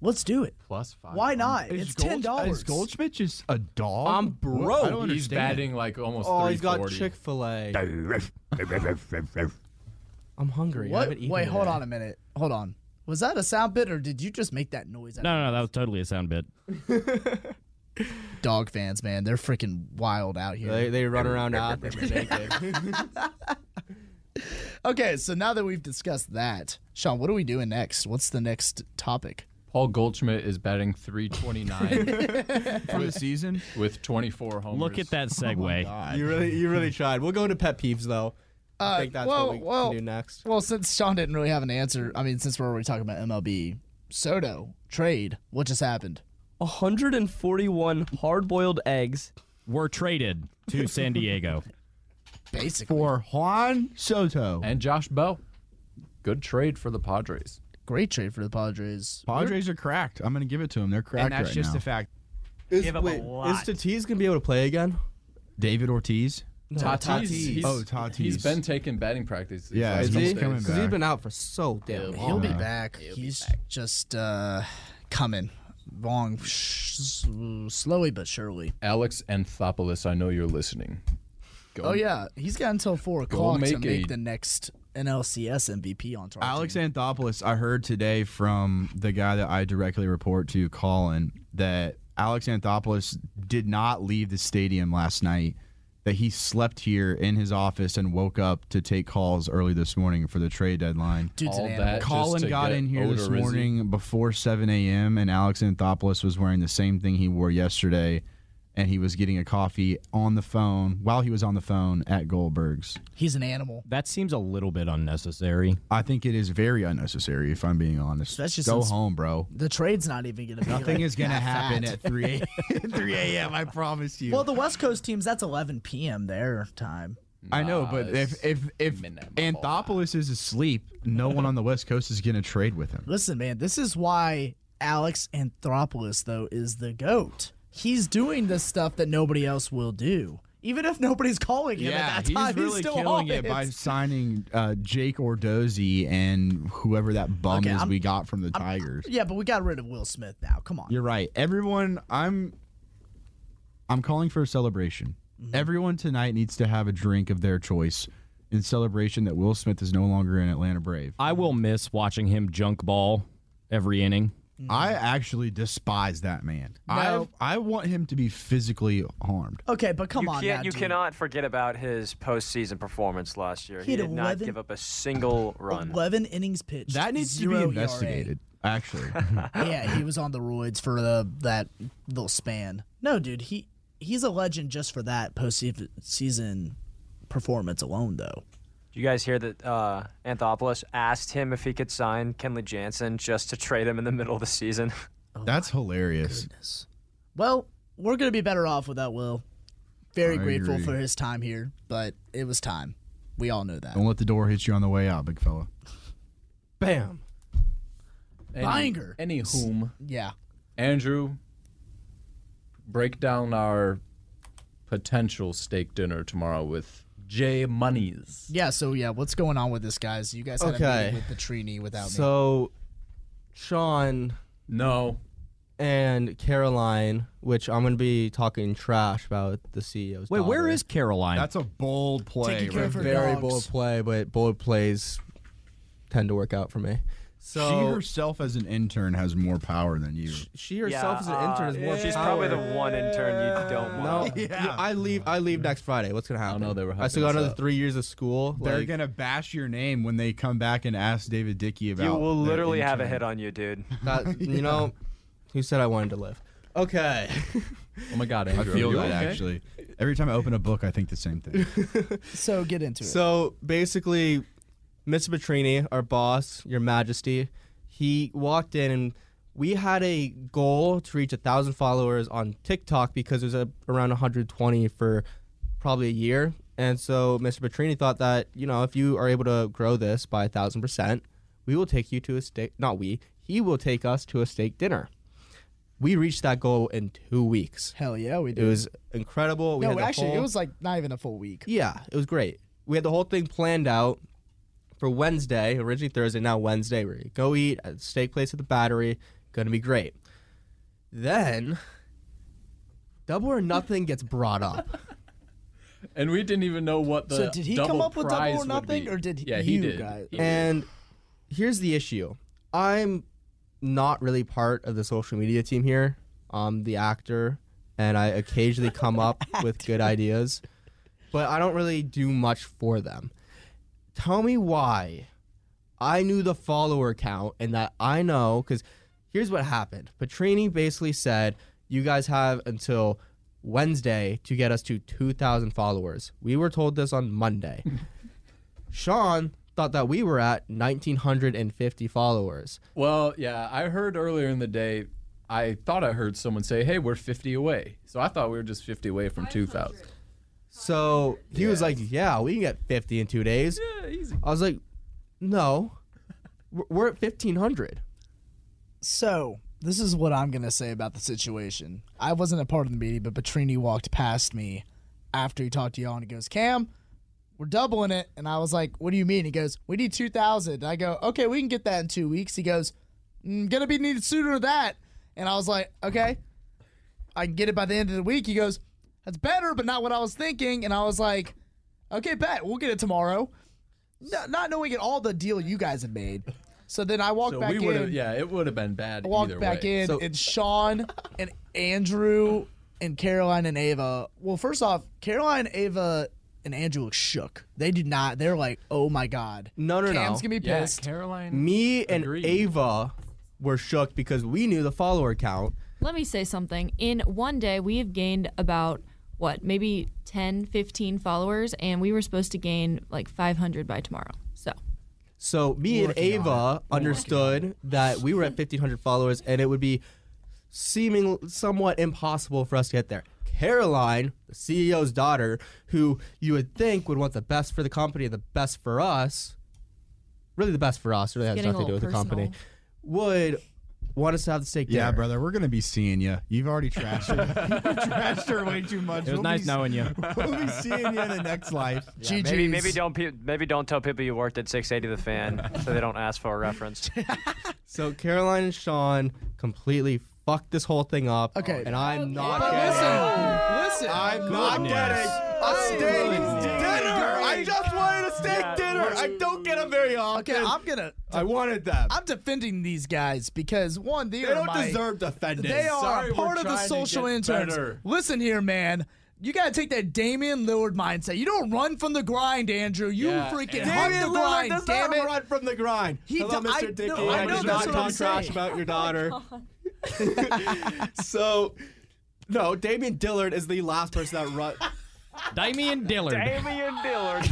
[SPEAKER 6] Let's do it.
[SPEAKER 5] Plus five.
[SPEAKER 6] Why not? It's ten dollars.
[SPEAKER 10] Is Goldschmidt just a dog?
[SPEAKER 7] I'm broke.
[SPEAKER 10] I don't
[SPEAKER 5] He's
[SPEAKER 10] understand.
[SPEAKER 5] batting like almost
[SPEAKER 7] Oh, he's got
[SPEAKER 5] 340.
[SPEAKER 7] Chick Fil A. I'm hungry. I
[SPEAKER 6] What?
[SPEAKER 7] haven't eaten
[SPEAKER 6] Wait, hold
[SPEAKER 7] today.
[SPEAKER 6] on a minute. Hold on. Was that a sound bit or did you just make that noise?
[SPEAKER 2] No, no, no, that was totally a sound bit.
[SPEAKER 6] Dog fans, man, they're freaking wild out here.
[SPEAKER 7] They, they run around out there naked.
[SPEAKER 6] Okay, so now that we've discussed that, Sean, what are we doing next? What's the next topic?
[SPEAKER 5] Paul Goldschmidt is batting 329
[SPEAKER 10] For the season
[SPEAKER 5] with 24 homers.
[SPEAKER 2] Look at that segue.
[SPEAKER 7] You really, you really tried. We'll go into pet peeves though.
[SPEAKER 6] Uh,
[SPEAKER 7] I think that's what we can do next.
[SPEAKER 6] Well, since Sean didn't really have an answer, I mean, since we're already talking about MLB, Soto trade. What just happened?
[SPEAKER 7] 141 hard-boiled eggs
[SPEAKER 2] were traded to San Diego.
[SPEAKER 6] Basically.
[SPEAKER 10] For Juan Soto.
[SPEAKER 5] And Josh Bell. Good trade for the Padres.
[SPEAKER 6] Great trade for the Padres.
[SPEAKER 10] Padres are cracked. I'm going to give it to them. They're cracked right now.
[SPEAKER 7] fact. Is,
[SPEAKER 10] Give up a
[SPEAKER 7] wait,
[SPEAKER 10] lot.
[SPEAKER 7] Is Tatis gonna be able to play again?
[SPEAKER 10] David Ortiz.
[SPEAKER 7] No,
[SPEAKER 5] Tatis. he's-
[SPEAKER 10] Oh, Tatis.
[SPEAKER 5] He's been taking batting practice. these
[SPEAKER 10] Yeah,
[SPEAKER 5] last
[SPEAKER 10] he's
[SPEAKER 5] couple
[SPEAKER 10] coming
[SPEAKER 5] days.
[SPEAKER 10] back. 'Cause he's
[SPEAKER 7] been out for so damn
[SPEAKER 6] He'll
[SPEAKER 10] Oh,
[SPEAKER 6] be back. He's just uh, coming long, sh- slowly but surely.
[SPEAKER 5] Alex Anthopoulos, I know you're listening. Go-
[SPEAKER 6] oh yeah, he's got until four o'clock to
[SPEAKER 10] Um, make
[SPEAKER 6] make
[SPEAKER 10] a-
[SPEAKER 6] the next NLCS MVP on target.
[SPEAKER 10] Alex Anthopoulos, I heard today from the guy that I directly report to, Colin, that Alex Anthopoulos did not leave the stadium last night. That he slept here in his office and woke up to take calls early this morning for the trade deadline.
[SPEAKER 6] Dude's an All animal. that just
[SPEAKER 10] Colin
[SPEAKER 6] to
[SPEAKER 10] got
[SPEAKER 6] get
[SPEAKER 10] in here this
[SPEAKER 6] Odorizzi.
[SPEAKER 10] morning before 7 a.m. and Alex Anthopoulos was wearing the same thing he wore yesterday, and he was getting a coffee on the phone while he was on the phone at Goldberg's.
[SPEAKER 6] He's an animal.
[SPEAKER 2] That seems a little bit unnecessary.
[SPEAKER 10] I think it is very unnecessary, if I'm being honest.
[SPEAKER 6] That's just
[SPEAKER 10] Go
[SPEAKER 6] ins-
[SPEAKER 10] home, bro.
[SPEAKER 6] The trade's not even gonna. Be
[SPEAKER 10] Nothing
[SPEAKER 6] like
[SPEAKER 10] is gonna
[SPEAKER 6] that
[SPEAKER 10] happen
[SPEAKER 6] fat.
[SPEAKER 10] at 3 a.m. 3 a.m. I promise you.
[SPEAKER 6] Well, the West Coast teams that's 11 p.m. their time.
[SPEAKER 10] I know, but if if if Anthopoulos is asleep, no one on the West Coast is going to trade with him.
[SPEAKER 6] Listen, man, this is why Alex Anthopoulos though is the goat. He's doing this stuff that nobody else will do. Even if nobody's calling him at that time, he's still on it.
[SPEAKER 10] by signing uh, Jake Ordozzi and whoever that bum
[SPEAKER 6] Okay,
[SPEAKER 10] is
[SPEAKER 6] I'm-
[SPEAKER 10] we got from the Tigers.
[SPEAKER 6] Yeah, but we got rid of Will Smith now. Come on.
[SPEAKER 10] You're right. Everyone, I'm I'm calling for a celebration.
[SPEAKER 6] Mm-hmm.
[SPEAKER 10] Everyone tonight needs to have a drink of their choice in celebration that Will Smith is no longer an Atlanta Brave.
[SPEAKER 2] I will miss watching him junk ball every inning.
[SPEAKER 10] I
[SPEAKER 7] Mm-hmm.
[SPEAKER 10] actually despise that man. I I want him to be physically harmed.
[SPEAKER 6] Okay, but come
[SPEAKER 12] you
[SPEAKER 6] on,
[SPEAKER 12] can't,
[SPEAKER 6] now,
[SPEAKER 12] you
[SPEAKER 6] dude.
[SPEAKER 12] cannot forget about his postseason performance last year.
[SPEAKER 6] He
[SPEAKER 12] He,
[SPEAKER 6] had
[SPEAKER 12] did not
[SPEAKER 6] 11
[SPEAKER 12] give up a single run.
[SPEAKER 6] 11 innings pitched.
[SPEAKER 10] That needs to
[SPEAKER 7] E
[SPEAKER 10] be
[SPEAKER 6] zero E
[SPEAKER 10] investigated. Actually,
[SPEAKER 6] ERA. yeah, he was on the roids for the, that little span. No, dude, he he's a legend just for that postseason performance alone, though.
[SPEAKER 12] Did you guys hear that uh, Anthopoulos asked him if he could sign Kenley Jansen just to trade him in the middle of the season?
[SPEAKER 7] Oh
[SPEAKER 10] that's hilarious.
[SPEAKER 6] Well, we're gonna be better off without Will. Very
[SPEAKER 10] I
[SPEAKER 6] grateful
[SPEAKER 10] agree.
[SPEAKER 6] for his time here, but it was time. We all know that.
[SPEAKER 10] Don't let the door hit you on the way out, big fella.
[SPEAKER 7] Bam.
[SPEAKER 5] Any-
[SPEAKER 6] Binder.
[SPEAKER 5] Any whom.
[SPEAKER 6] Yeah.
[SPEAKER 5] Andrew, break down our potential steak dinner tomorrow with Jay Monies.
[SPEAKER 6] Yeah, so yeah, what's going on with this, guys? You guys had a
[SPEAKER 7] Okay.
[SPEAKER 6] meeting with Petrini without me.
[SPEAKER 7] So, Sean.
[SPEAKER 5] No.
[SPEAKER 7] And Caroline, which I'm gonna be talking trash about the E CEO's.
[SPEAKER 2] Wait, where is Caroline?
[SPEAKER 10] That's a bold play.
[SPEAKER 2] Taking care of her
[SPEAKER 7] very
[SPEAKER 2] dogs.
[SPEAKER 7] bold play, but bold plays tend to work out for me.
[SPEAKER 10] she
[SPEAKER 7] So
[SPEAKER 10] herself as an intern has more power than you.
[SPEAKER 7] she herself is an intern. Is more
[SPEAKER 12] uh, She's probably the
[SPEAKER 7] power.
[SPEAKER 12] one intern you don't
[SPEAKER 7] No,
[SPEAKER 12] want.
[SPEAKER 7] Oh, yeah, I leave. I leave next Friday. What's gonna happen? I know they were. I still got another three years of school.
[SPEAKER 10] They're
[SPEAKER 7] like-
[SPEAKER 10] gonna bash your name when they come back and ask David Dickey about.
[SPEAKER 12] You will
[SPEAKER 10] their
[SPEAKER 12] literally have a
[SPEAKER 10] intern.
[SPEAKER 12] hit on you, dude.
[SPEAKER 7] That, you know, who said I wanted to live? Okay.
[SPEAKER 5] oh my God,
[SPEAKER 10] I feel that actually. Every time I open a book, I think the same thing.
[SPEAKER 6] So get into it.
[SPEAKER 7] So basically, Mr. Petrini, our boss, Your Majesty, he walked in and we had a goal to reach a thousand followers on TikTok because it was a, around 120 for probably a year. And so Mr. Petrini thought that you know if you are able to grow this by a thousand percent, we will take you to a steak. Not we. He will take us to a steak dinner. We reached that goal in two weeks.
[SPEAKER 6] Hell yeah, we
[SPEAKER 7] It
[SPEAKER 6] did.
[SPEAKER 7] was incredible. We had
[SPEAKER 6] no,
[SPEAKER 7] the
[SPEAKER 6] actually, it
[SPEAKER 7] whole-
[SPEAKER 6] was like not even a full week.
[SPEAKER 7] yeah, it was great. We had the whole thing planned out for Wednesday, originally Thursday, now Wednesday. We're gonna go eat at a steak place at the battery. Gonna be great. Then double or nothing gets brought up.
[SPEAKER 5] And we didn't even know what the
[SPEAKER 6] So did he come
[SPEAKER 5] double
[SPEAKER 6] up with double
[SPEAKER 5] prize
[SPEAKER 6] or
[SPEAKER 5] would
[SPEAKER 6] nothing,
[SPEAKER 5] be.
[SPEAKER 6] or did
[SPEAKER 5] yeah, he
[SPEAKER 6] you
[SPEAKER 5] did.
[SPEAKER 6] guys-
[SPEAKER 5] He did.
[SPEAKER 7] And here's the issue. I'm not really part of the social media team here. I'm the actor and I occasionally come up with good ideas, but I don't really do much for them. Tell me why I knew the follower count and that I know cuz here's what happened. Petrini basically said, "You guys have until Wednesday to get us to 2,000 followers." We were told this on Monday. Sean thought that we were at 1,950 followers.
[SPEAKER 5] Well, yeah, I heard earlier in the day. I thought I heard someone say, "Hey, we're 50 away." So I thought we were just 50 away from 2,000.
[SPEAKER 7] So he was like, "Yeah, we can get 50 in two days."
[SPEAKER 5] Yeah, easy.
[SPEAKER 7] I was like, "No, we're we're at 1,500."
[SPEAKER 6] So this is what I'm gonna say about the situation. I wasn't a part of the meeting, but Petrini walked past me after he talked to y'all, and he goes, "Cam, we're doubling it." And I was like, "What do you mean?" He goes, "We need 2,000." And I go, "Okay, we can get that in two weeks." He goes, "Mm, "Gonna be needed sooner than that." And I was like, "Okay, I can get it by the end of the week." He goes, "That's better, but not what I was thinking." And I was like, "Okay, bet we'll get it tomorrow." No- not knowing at all the deal you guys have made. So then I walked
[SPEAKER 5] So
[SPEAKER 6] back
[SPEAKER 5] we would have,
[SPEAKER 6] in.
[SPEAKER 5] yeah, it would have been bad.
[SPEAKER 6] I walked
[SPEAKER 5] either
[SPEAKER 6] back
[SPEAKER 5] way.
[SPEAKER 6] in,
[SPEAKER 5] So-
[SPEAKER 6] and Sean and Andrew and Caroline and Ava. Well, first off, Caroline, Ava, and Andrew look shook. They did not. They're like, "Oh my god,
[SPEAKER 7] No, no, no.
[SPEAKER 6] Cam's gonna be pissed."
[SPEAKER 7] Me and Ava were shook because we knew the follower count.
[SPEAKER 8] Let me say something. In one day, we have gained about, what, maybe 10, 15 followers, and we were supposed to gain like 500 by tomorrow. So,
[SPEAKER 7] So me and
[SPEAKER 8] Working on
[SPEAKER 7] Ava understood that we were at 1,500 followers, and it would be seeming somewhat impossible for us to get there. Caroline, the CEO's daughter, who you would think would want the best for the company and the best for us, really the best for us, really has
[SPEAKER 8] getting a
[SPEAKER 7] nothing to do with
[SPEAKER 8] little
[SPEAKER 7] the company, would want us to have the steak
[SPEAKER 10] Yeah,
[SPEAKER 7] dinner.
[SPEAKER 10] brother, we're gonna be seeing you. You've already trashed her. trashed her way too much.
[SPEAKER 2] It was nice knowing you.
[SPEAKER 10] We'll be seeing you in the next life.
[SPEAKER 12] Yeah, maybe, maybe don't pe- maybe don't tell people you worked at 680 the fan so they don't ask for a reference.
[SPEAKER 7] So Caroline and Sean completely fucked this whole thing up. Okay. And I'm not
[SPEAKER 6] But
[SPEAKER 7] getting
[SPEAKER 6] listen, listen, I'm
[SPEAKER 7] not getting a steak dinner. I just wanted a steak dinner. I don't get them very often.
[SPEAKER 6] Okay, I'm gonna.
[SPEAKER 7] I wanted them.
[SPEAKER 6] I'm defending these guys because one, they,
[SPEAKER 7] They
[SPEAKER 6] are
[SPEAKER 7] don't
[SPEAKER 6] my-
[SPEAKER 7] deserve defending.
[SPEAKER 6] They are
[SPEAKER 7] Sorry, we're
[SPEAKER 6] part of the
[SPEAKER 7] trying to
[SPEAKER 6] social
[SPEAKER 7] get
[SPEAKER 6] interns.
[SPEAKER 7] better.
[SPEAKER 6] Listen here, man. You gotta take that Damian Lillard mindset. You don't run from the grind, Andrew. You
[SPEAKER 7] Yeah,
[SPEAKER 6] freaking
[SPEAKER 7] and-
[SPEAKER 6] hug the
[SPEAKER 7] Damian Lillard
[SPEAKER 6] grind.
[SPEAKER 7] does
[SPEAKER 6] damn
[SPEAKER 7] not
[SPEAKER 6] it.
[SPEAKER 7] run from the grind.
[SPEAKER 6] He
[SPEAKER 7] Hello,
[SPEAKER 6] do-
[SPEAKER 7] Mr.
[SPEAKER 6] I know-
[SPEAKER 7] Dickey.
[SPEAKER 6] I know
[SPEAKER 7] did
[SPEAKER 6] that's
[SPEAKER 7] not
[SPEAKER 6] what I'm
[SPEAKER 7] talk trash
[SPEAKER 6] saying. Oh
[SPEAKER 7] about your daughter. so, no, Damian Dillard is the last person that run.
[SPEAKER 2] Damian Dillard.
[SPEAKER 12] Damian Dillard.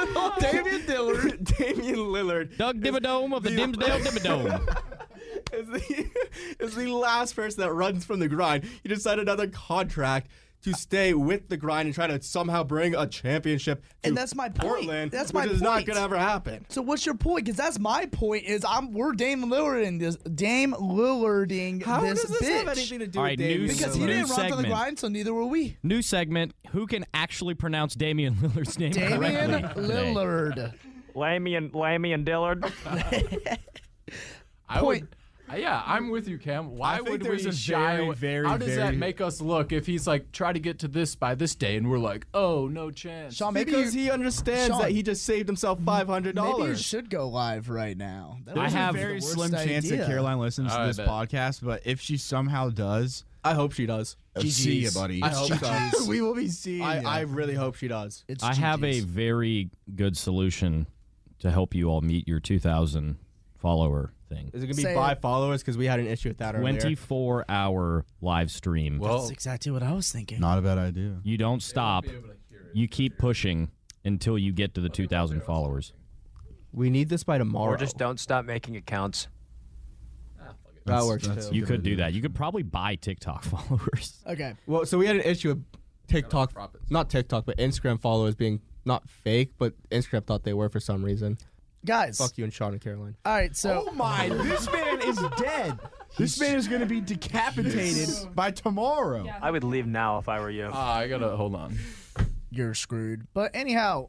[SPEAKER 6] Damian Dillard.
[SPEAKER 7] Damian Lillard.
[SPEAKER 2] Doug Dimmadome of the Dimsdale Dimmadome.
[SPEAKER 7] is the is the last person that runs from the grind. He just signed another contract to stay with the grind and try to somehow bring a championship. To
[SPEAKER 6] And that's my point.
[SPEAKER 7] Portland,
[SPEAKER 6] that's
[SPEAKER 7] which
[SPEAKER 6] my
[SPEAKER 7] is not
[SPEAKER 6] point.
[SPEAKER 7] gonna ever happen.
[SPEAKER 6] So what's your point? Because that's my point. Is I'm we're Dame Lillarding this Dame Lillarding
[SPEAKER 7] How
[SPEAKER 6] this
[SPEAKER 7] does this
[SPEAKER 6] bitch.
[SPEAKER 7] have anything to do
[SPEAKER 2] All right, with Damian new-
[SPEAKER 6] because he
[SPEAKER 2] new
[SPEAKER 6] didn't run from the
[SPEAKER 2] segment.
[SPEAKER 6] grind, so neither were we.
[SPEAKER 2] New segment. Who can actually pronounce Damian Lillard's name
[SPEAKER 6] Damian
[SPEAKER 2] correctly? today?
[SPEAKER 6] Lillard.
[SPEAKER 12] Lamy and Lamy and Dillard.
[SPEAKER 5] I would. uh, Yeah, I'm with you, Cam. Why
[SPEAKER 7] think
[SPEAKER 5] would
[SPEAKER 7] there's
[SPEAKER 5] we
[SPEAKER 7] a
[SPEAKER 5] shy?
[SPEAKER 7] very,
[SPEAKER 5] away-
[SPEAKER 7] very,
[SPEAKER 5] how does that
[SPEAKER 7] very-
[SPEAKER 5] make us look if he's like, try to get to this by this day, and we're like, oh, no chance.
[SPEAKER 6] Sean, maybe
[SPEAKER 7] Because
[SPEAKER 6] you,
[SPEAKER 7] he understands
[SPEAKER 6] Sean,
[SPEAKER 7] that he just saved himself five hundred
[SPEAKER 6] maybe you
[SPEAKER 7] dollars.
[SPEAKER 6] should go live right now. That
[SPEAKER 10] I
[SPEAKER 6] was a
[SPEAKER 10] have a
[SPEAKER 6] very
[SPEAKER 10] very slim
[SPEAKER 6] worst
[SPEAKER 10] chance
[SPEAKER 6] idea.
[SPEAKER 10] that Caroline listens
[SPEAKER 5] I
[SPEAKER 10] to this
[SPEAKER 5] bet.
[SPEAKER 10] podcast, but if she somehow does,
[SPEAKER 7] I hope she does.
[SPEAKER 6] Oh,
[SPEAKER 10] see you, buddy.
[SPEAKER 7] I hope so.
[SPEAKER 10] we will be seeing.
[SPEAKER 7] I,
[SPEAKER 10] ya.
[SPEAKER 7] I really hope she does.
[SPEAKER 6] It's
[SPEAKER 2] I have a very good solution to help you all meet your 2,000 follower thing.
[SPEAKER 7] Is it gonna be
[SPEAKER 6] Say
[SPEAKER 7] by followers? Because we had an issue with that earlier.
[SPEAKER 2] 24 hour live stream.
[SPEAKER 6] That's exactly what I was thinking.
[SPEAKER 10] Not a bad idea.
[SPEAKER 2] you don't stop. You keep pushing until you get to the 2,000 followers.
[SPEAKER 7] We need this by tomorrow.
[SPEAKER 12] or just don't stop making accounts.
[SPEAKER 7] that works too.
[SPEAKER 2] You could do that. You could probably buy TikTok followers.
[SPEAKER 6] Okay.
[SPEAKER 7] Well, so we had an issue with TikTok, not TikTok, but Instagram followers being not fake, but Instagram thought they were for some reason.
[SPEAKER 6] Guys.
[SPEAKER 7] Fuck you and Sean and Caroline.
[SPEAKER 6] All right, so
[SPEAKER 10] Oh my! This man is dead. This man is going to be decapitated by tomorrow.
[SPEAKER 12] I would leave now if I were you.
[SPEAKER 5] Ah, I gotta hold on.
[SPEAKER 6] you're screwed. But anyhow,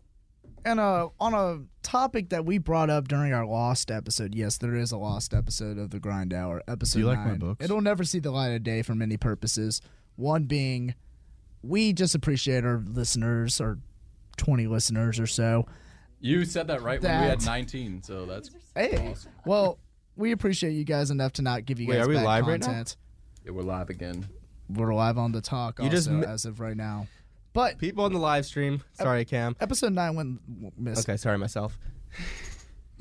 [SPEAKER 6] and uh, on a topic that we brought up during our lost episode, yes, there is a lost episode of the Grind Hour,
[SPEAKER 10] Do
[SPEAKER 6] episode.
[SPEAKER 10] you like my
[SPEAKER 6] nine.
[SPEAKER 10] books?
[SPEAKER 6] It'll never see the light of day for many purposes. One being, we just appreciate our listeners, our twenty listeners or so.
[SPEAKER 5] You said that right when we
[SPEAKER 6] That-
[SPEAKER 5] had 19, so that's
[SPEAKER 6] Hey, well, we appreciate you guys enough to not give you
[SPEAKER 7] Wait,
[SPEAKER 6] guys
[SPEAKER 7] are we
[SPEAKER 6] bad
[SPEAKER 7] live right now?
[SPEAKER 6] content.
[SPEAKER 5] yeah, we're live again.
[SPEAKER 6] We're live on the talk
[SPEAKER 7] You
[SPEAKER 6] also
[SPEAKER 7] just mi-
[SPEAKER 6] as of right now. But
[SPEAKER 7] People on the live stream. Sorry, Cam.
[SPEAKER 6] episode nine went missed.
[SPEAKER 7] Okay, sorry myself.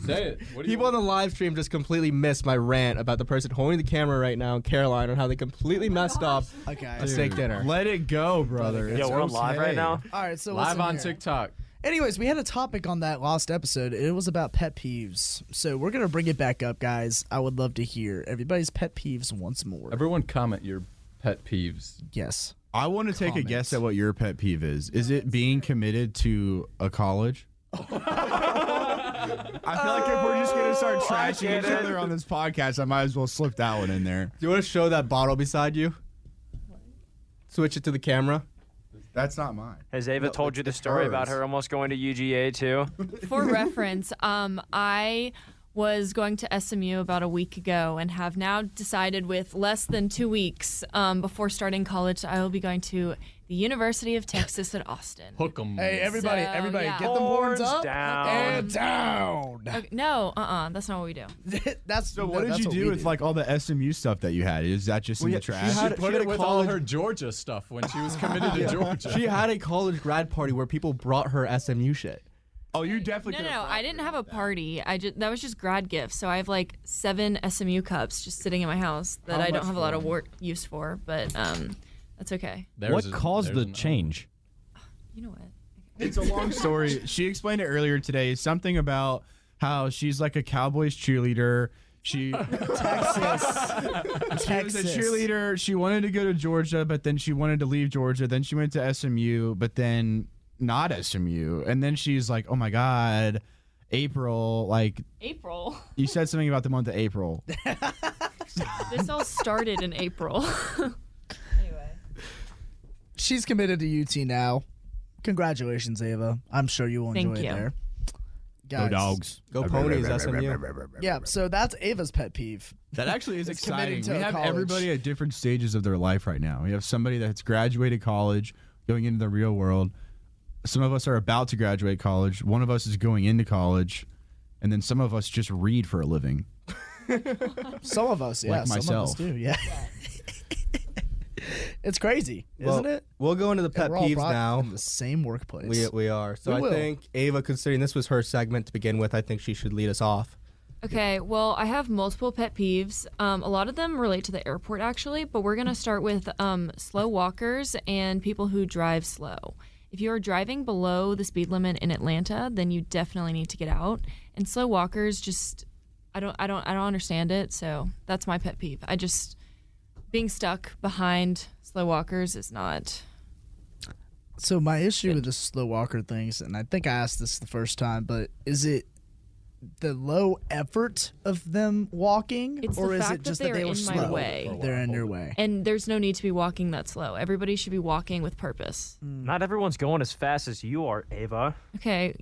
[SPEAKER 5] Say it. What do you
[SPEAKER 7] People on the live stream just completely missed my rant about the person holding the camera right now in Caroline on how they completely messed up
[SPEAKER 6] Okay.
[SPEAKER 7] a steak dinner.
[SPEAKER 10] Let it go, brother.
[SPEAKER 7] It's okay.
[SPEAKER 6] All right, so
[SPEAKER 5] live
[SPEAKER 6] listen
[SPEAKER 5] on
[SPEAKER 6] here.
[SPEAKER 5] TikTok.
[SPEAKER 6] Anyways, we had a topic on that last episode. and It was about pet peeves. So we're gonna bring it back up, guys. I would love to hear everybody's pet peeves once more.
[SPEAKER 5] Everyone comment your pet peeves.
[SPEAKER 6] Yes.
[SPEAKER 10] I want to take a guess at what your pet peeve is. Is it being committed to a college? I feel like if we're just gonna start trashing each other on this podcast, I might as well slip that one in there.
[SPEAKER 7] Do you want to show that bottle beside you? Switch it to the camera.
[SPEAKER 10] That's not mine.
[SPEAKER 12] Has Ava told you the story about
[SPEAKER 7] hers.
[SPEAKER 12] her almost going to UGA too?
[SPEAKER 8] For reference, um, I was going to SMU about a week ago and have now decided with less than two weeks um, before starting college, I will be going to the University of Texas at Austin.
[SPEAKER 5] Hook 'em.
[SPEAKER 6] Hey, everybody,
[SPEAKER 8] So,
[SPEAKER 6] everybody,
[SPEAKER 8] yeah.
[SPEAKER 6] get them horns, up and down.
[SPEAKER 8] Okay, no, uh uh that's not what we do.
[SPEAKER 6] that's
[SPEAKER 10] So what did you do with like all the SMU stuff that you had? Is that just in the trash?
[SPEAKER 5] She put it with all her Georgia stuff when she was committed to
[SPEAKER 7] Yeah.
[SPEAKER 5] Georgia.
[SPEAKER 7] She had a college grad party where people brought her SMU shit.
[SPEAKER 10] Oh, you definitely
[SPEAKER 8] No, no, no. I didn't have a party. I just that was just grad gifts. So I have like seven SMU cups just sitting in my house that
[SPEAKER 2] How
[SPEAKER 8] I
[SPEAKER 2] much
[SPEAKER 8] don't have a lot
[SPEAKER 2] for
[SPEAKER 8] of
[SPEAKER 2] them?
[SPEAKER 8] work use for, but um, that's okay.
[SPEAKER 2] what caused the change?
[SPEAKER 8] You know what?
[SPEAKER 10] It's a long story. She explained it earlier today. Something about how she's like a Cowboys cheerleader. She
[SPEAKER 6] Texas.
[SPEAKER 10] she was a cheerleader. She wanted to go to Georgia, but then she wanted to leave Georgia. Then she went to SMU, but then not SMU. And then she's like, "Oh my God, April!" Like
[SPEAKER 8] April.
[SPEAKER 10] you said something about the month of April.
[SPEAKER 8] This all started in April.
[SPEAKER 6] She's committed to UT now. Congratulations, Ava. I'm sure you will enjoy
[SPEAKER 8] Thank
[SPEAKER 6] it
[SPEAKER 8] you.
[SPEAKER 6] there.
[SPEAKER 10] Go dogs.
[SPEAKER 7] Go ponies, SMU.
[SPEAKER 6] Yeah, so that's Ava's pet peeve.
[SPEAKER 10] That actually is
[SPEAKER 6] It's committing
[SPEAKER 10] exciting.
[SPEAKER 6] to
[SPEAKER 10] We
[SPEAKER 6] a
[SPEAKER 10] have
[SPEAKER 6] college.
[SPEAKER 10] everybody at different stages of their life right now. We have somebody that's graduated college, going into the real world. Some of us are about to graduate college. One of us is going into college, and then some of us just read for a living.
[SPEAKER 6] Some of us, yeah,
[SPEAKER 10] Like
[SPEAKER 6] some
[SPEAKER 10] myself.
[SPEAKER 6] of us do. Yeah. it's crazy,
[SPEAKER 7] Well,
[SPEAKER 6] isn't it?
[SPEAKER 7] We'll go into the pet
[SPEAKER 6] We're all
[SPEAKER 7] peeves
[SPEAKER 6] brought
[SPEAKER 7] now.
[SPEAKER 6] from the same workplace.
[SPEAKER 7] We, uh, we are. So
[SPEAKER 6] We
[SPEAKER 7] I
[SPEAKER 6] will.
[SPEAKER 7] think Ava, considering this was her segment to begin with, I think she should lead us off.
[SPEAKER 8] Okay, well, I have multiple pet peeves. Um, a lot of them relate to the airport, actually, but we're going to start with um, slow walkers and people who drive slow. If you are driving below the speed limit in Atlanta, then you definitely need to get out. And slow walkers just, I don't, I don't, I don't understand it. So that's my pet peeve. I just being stuck behind slow walkers is not.
[SPEAKER 6] So my issue with the slow walker things, and I think I asked this the first time, but is it the low effort of them walking,
[SPEAKER 8] It's
[SPEAKER 6] or
[SPEAKER 8] the
[SPEAKER 6] is
[SPEAKER 8] fact
[SPEAKER 6] it just
[SPEAKER 8] that
[SPEAKER 6] that
[SPEAKER 8] they
[SPEAKER 6] they
[SPEAKER 8] are
[SPEAKER 6] were
[SPEAKER 8] in my
[SPEAKER 6] slow?
[SPEAKER 8] way.
[SPEAKER 6] They're in your way.
[SPEAKER 8] And there's no need to be walking that slow. Everybody should be walking with purpose.
[SPEAKER 12] Not everyone's going as fast as you are, Ava.
[SPEAKER 8] okay,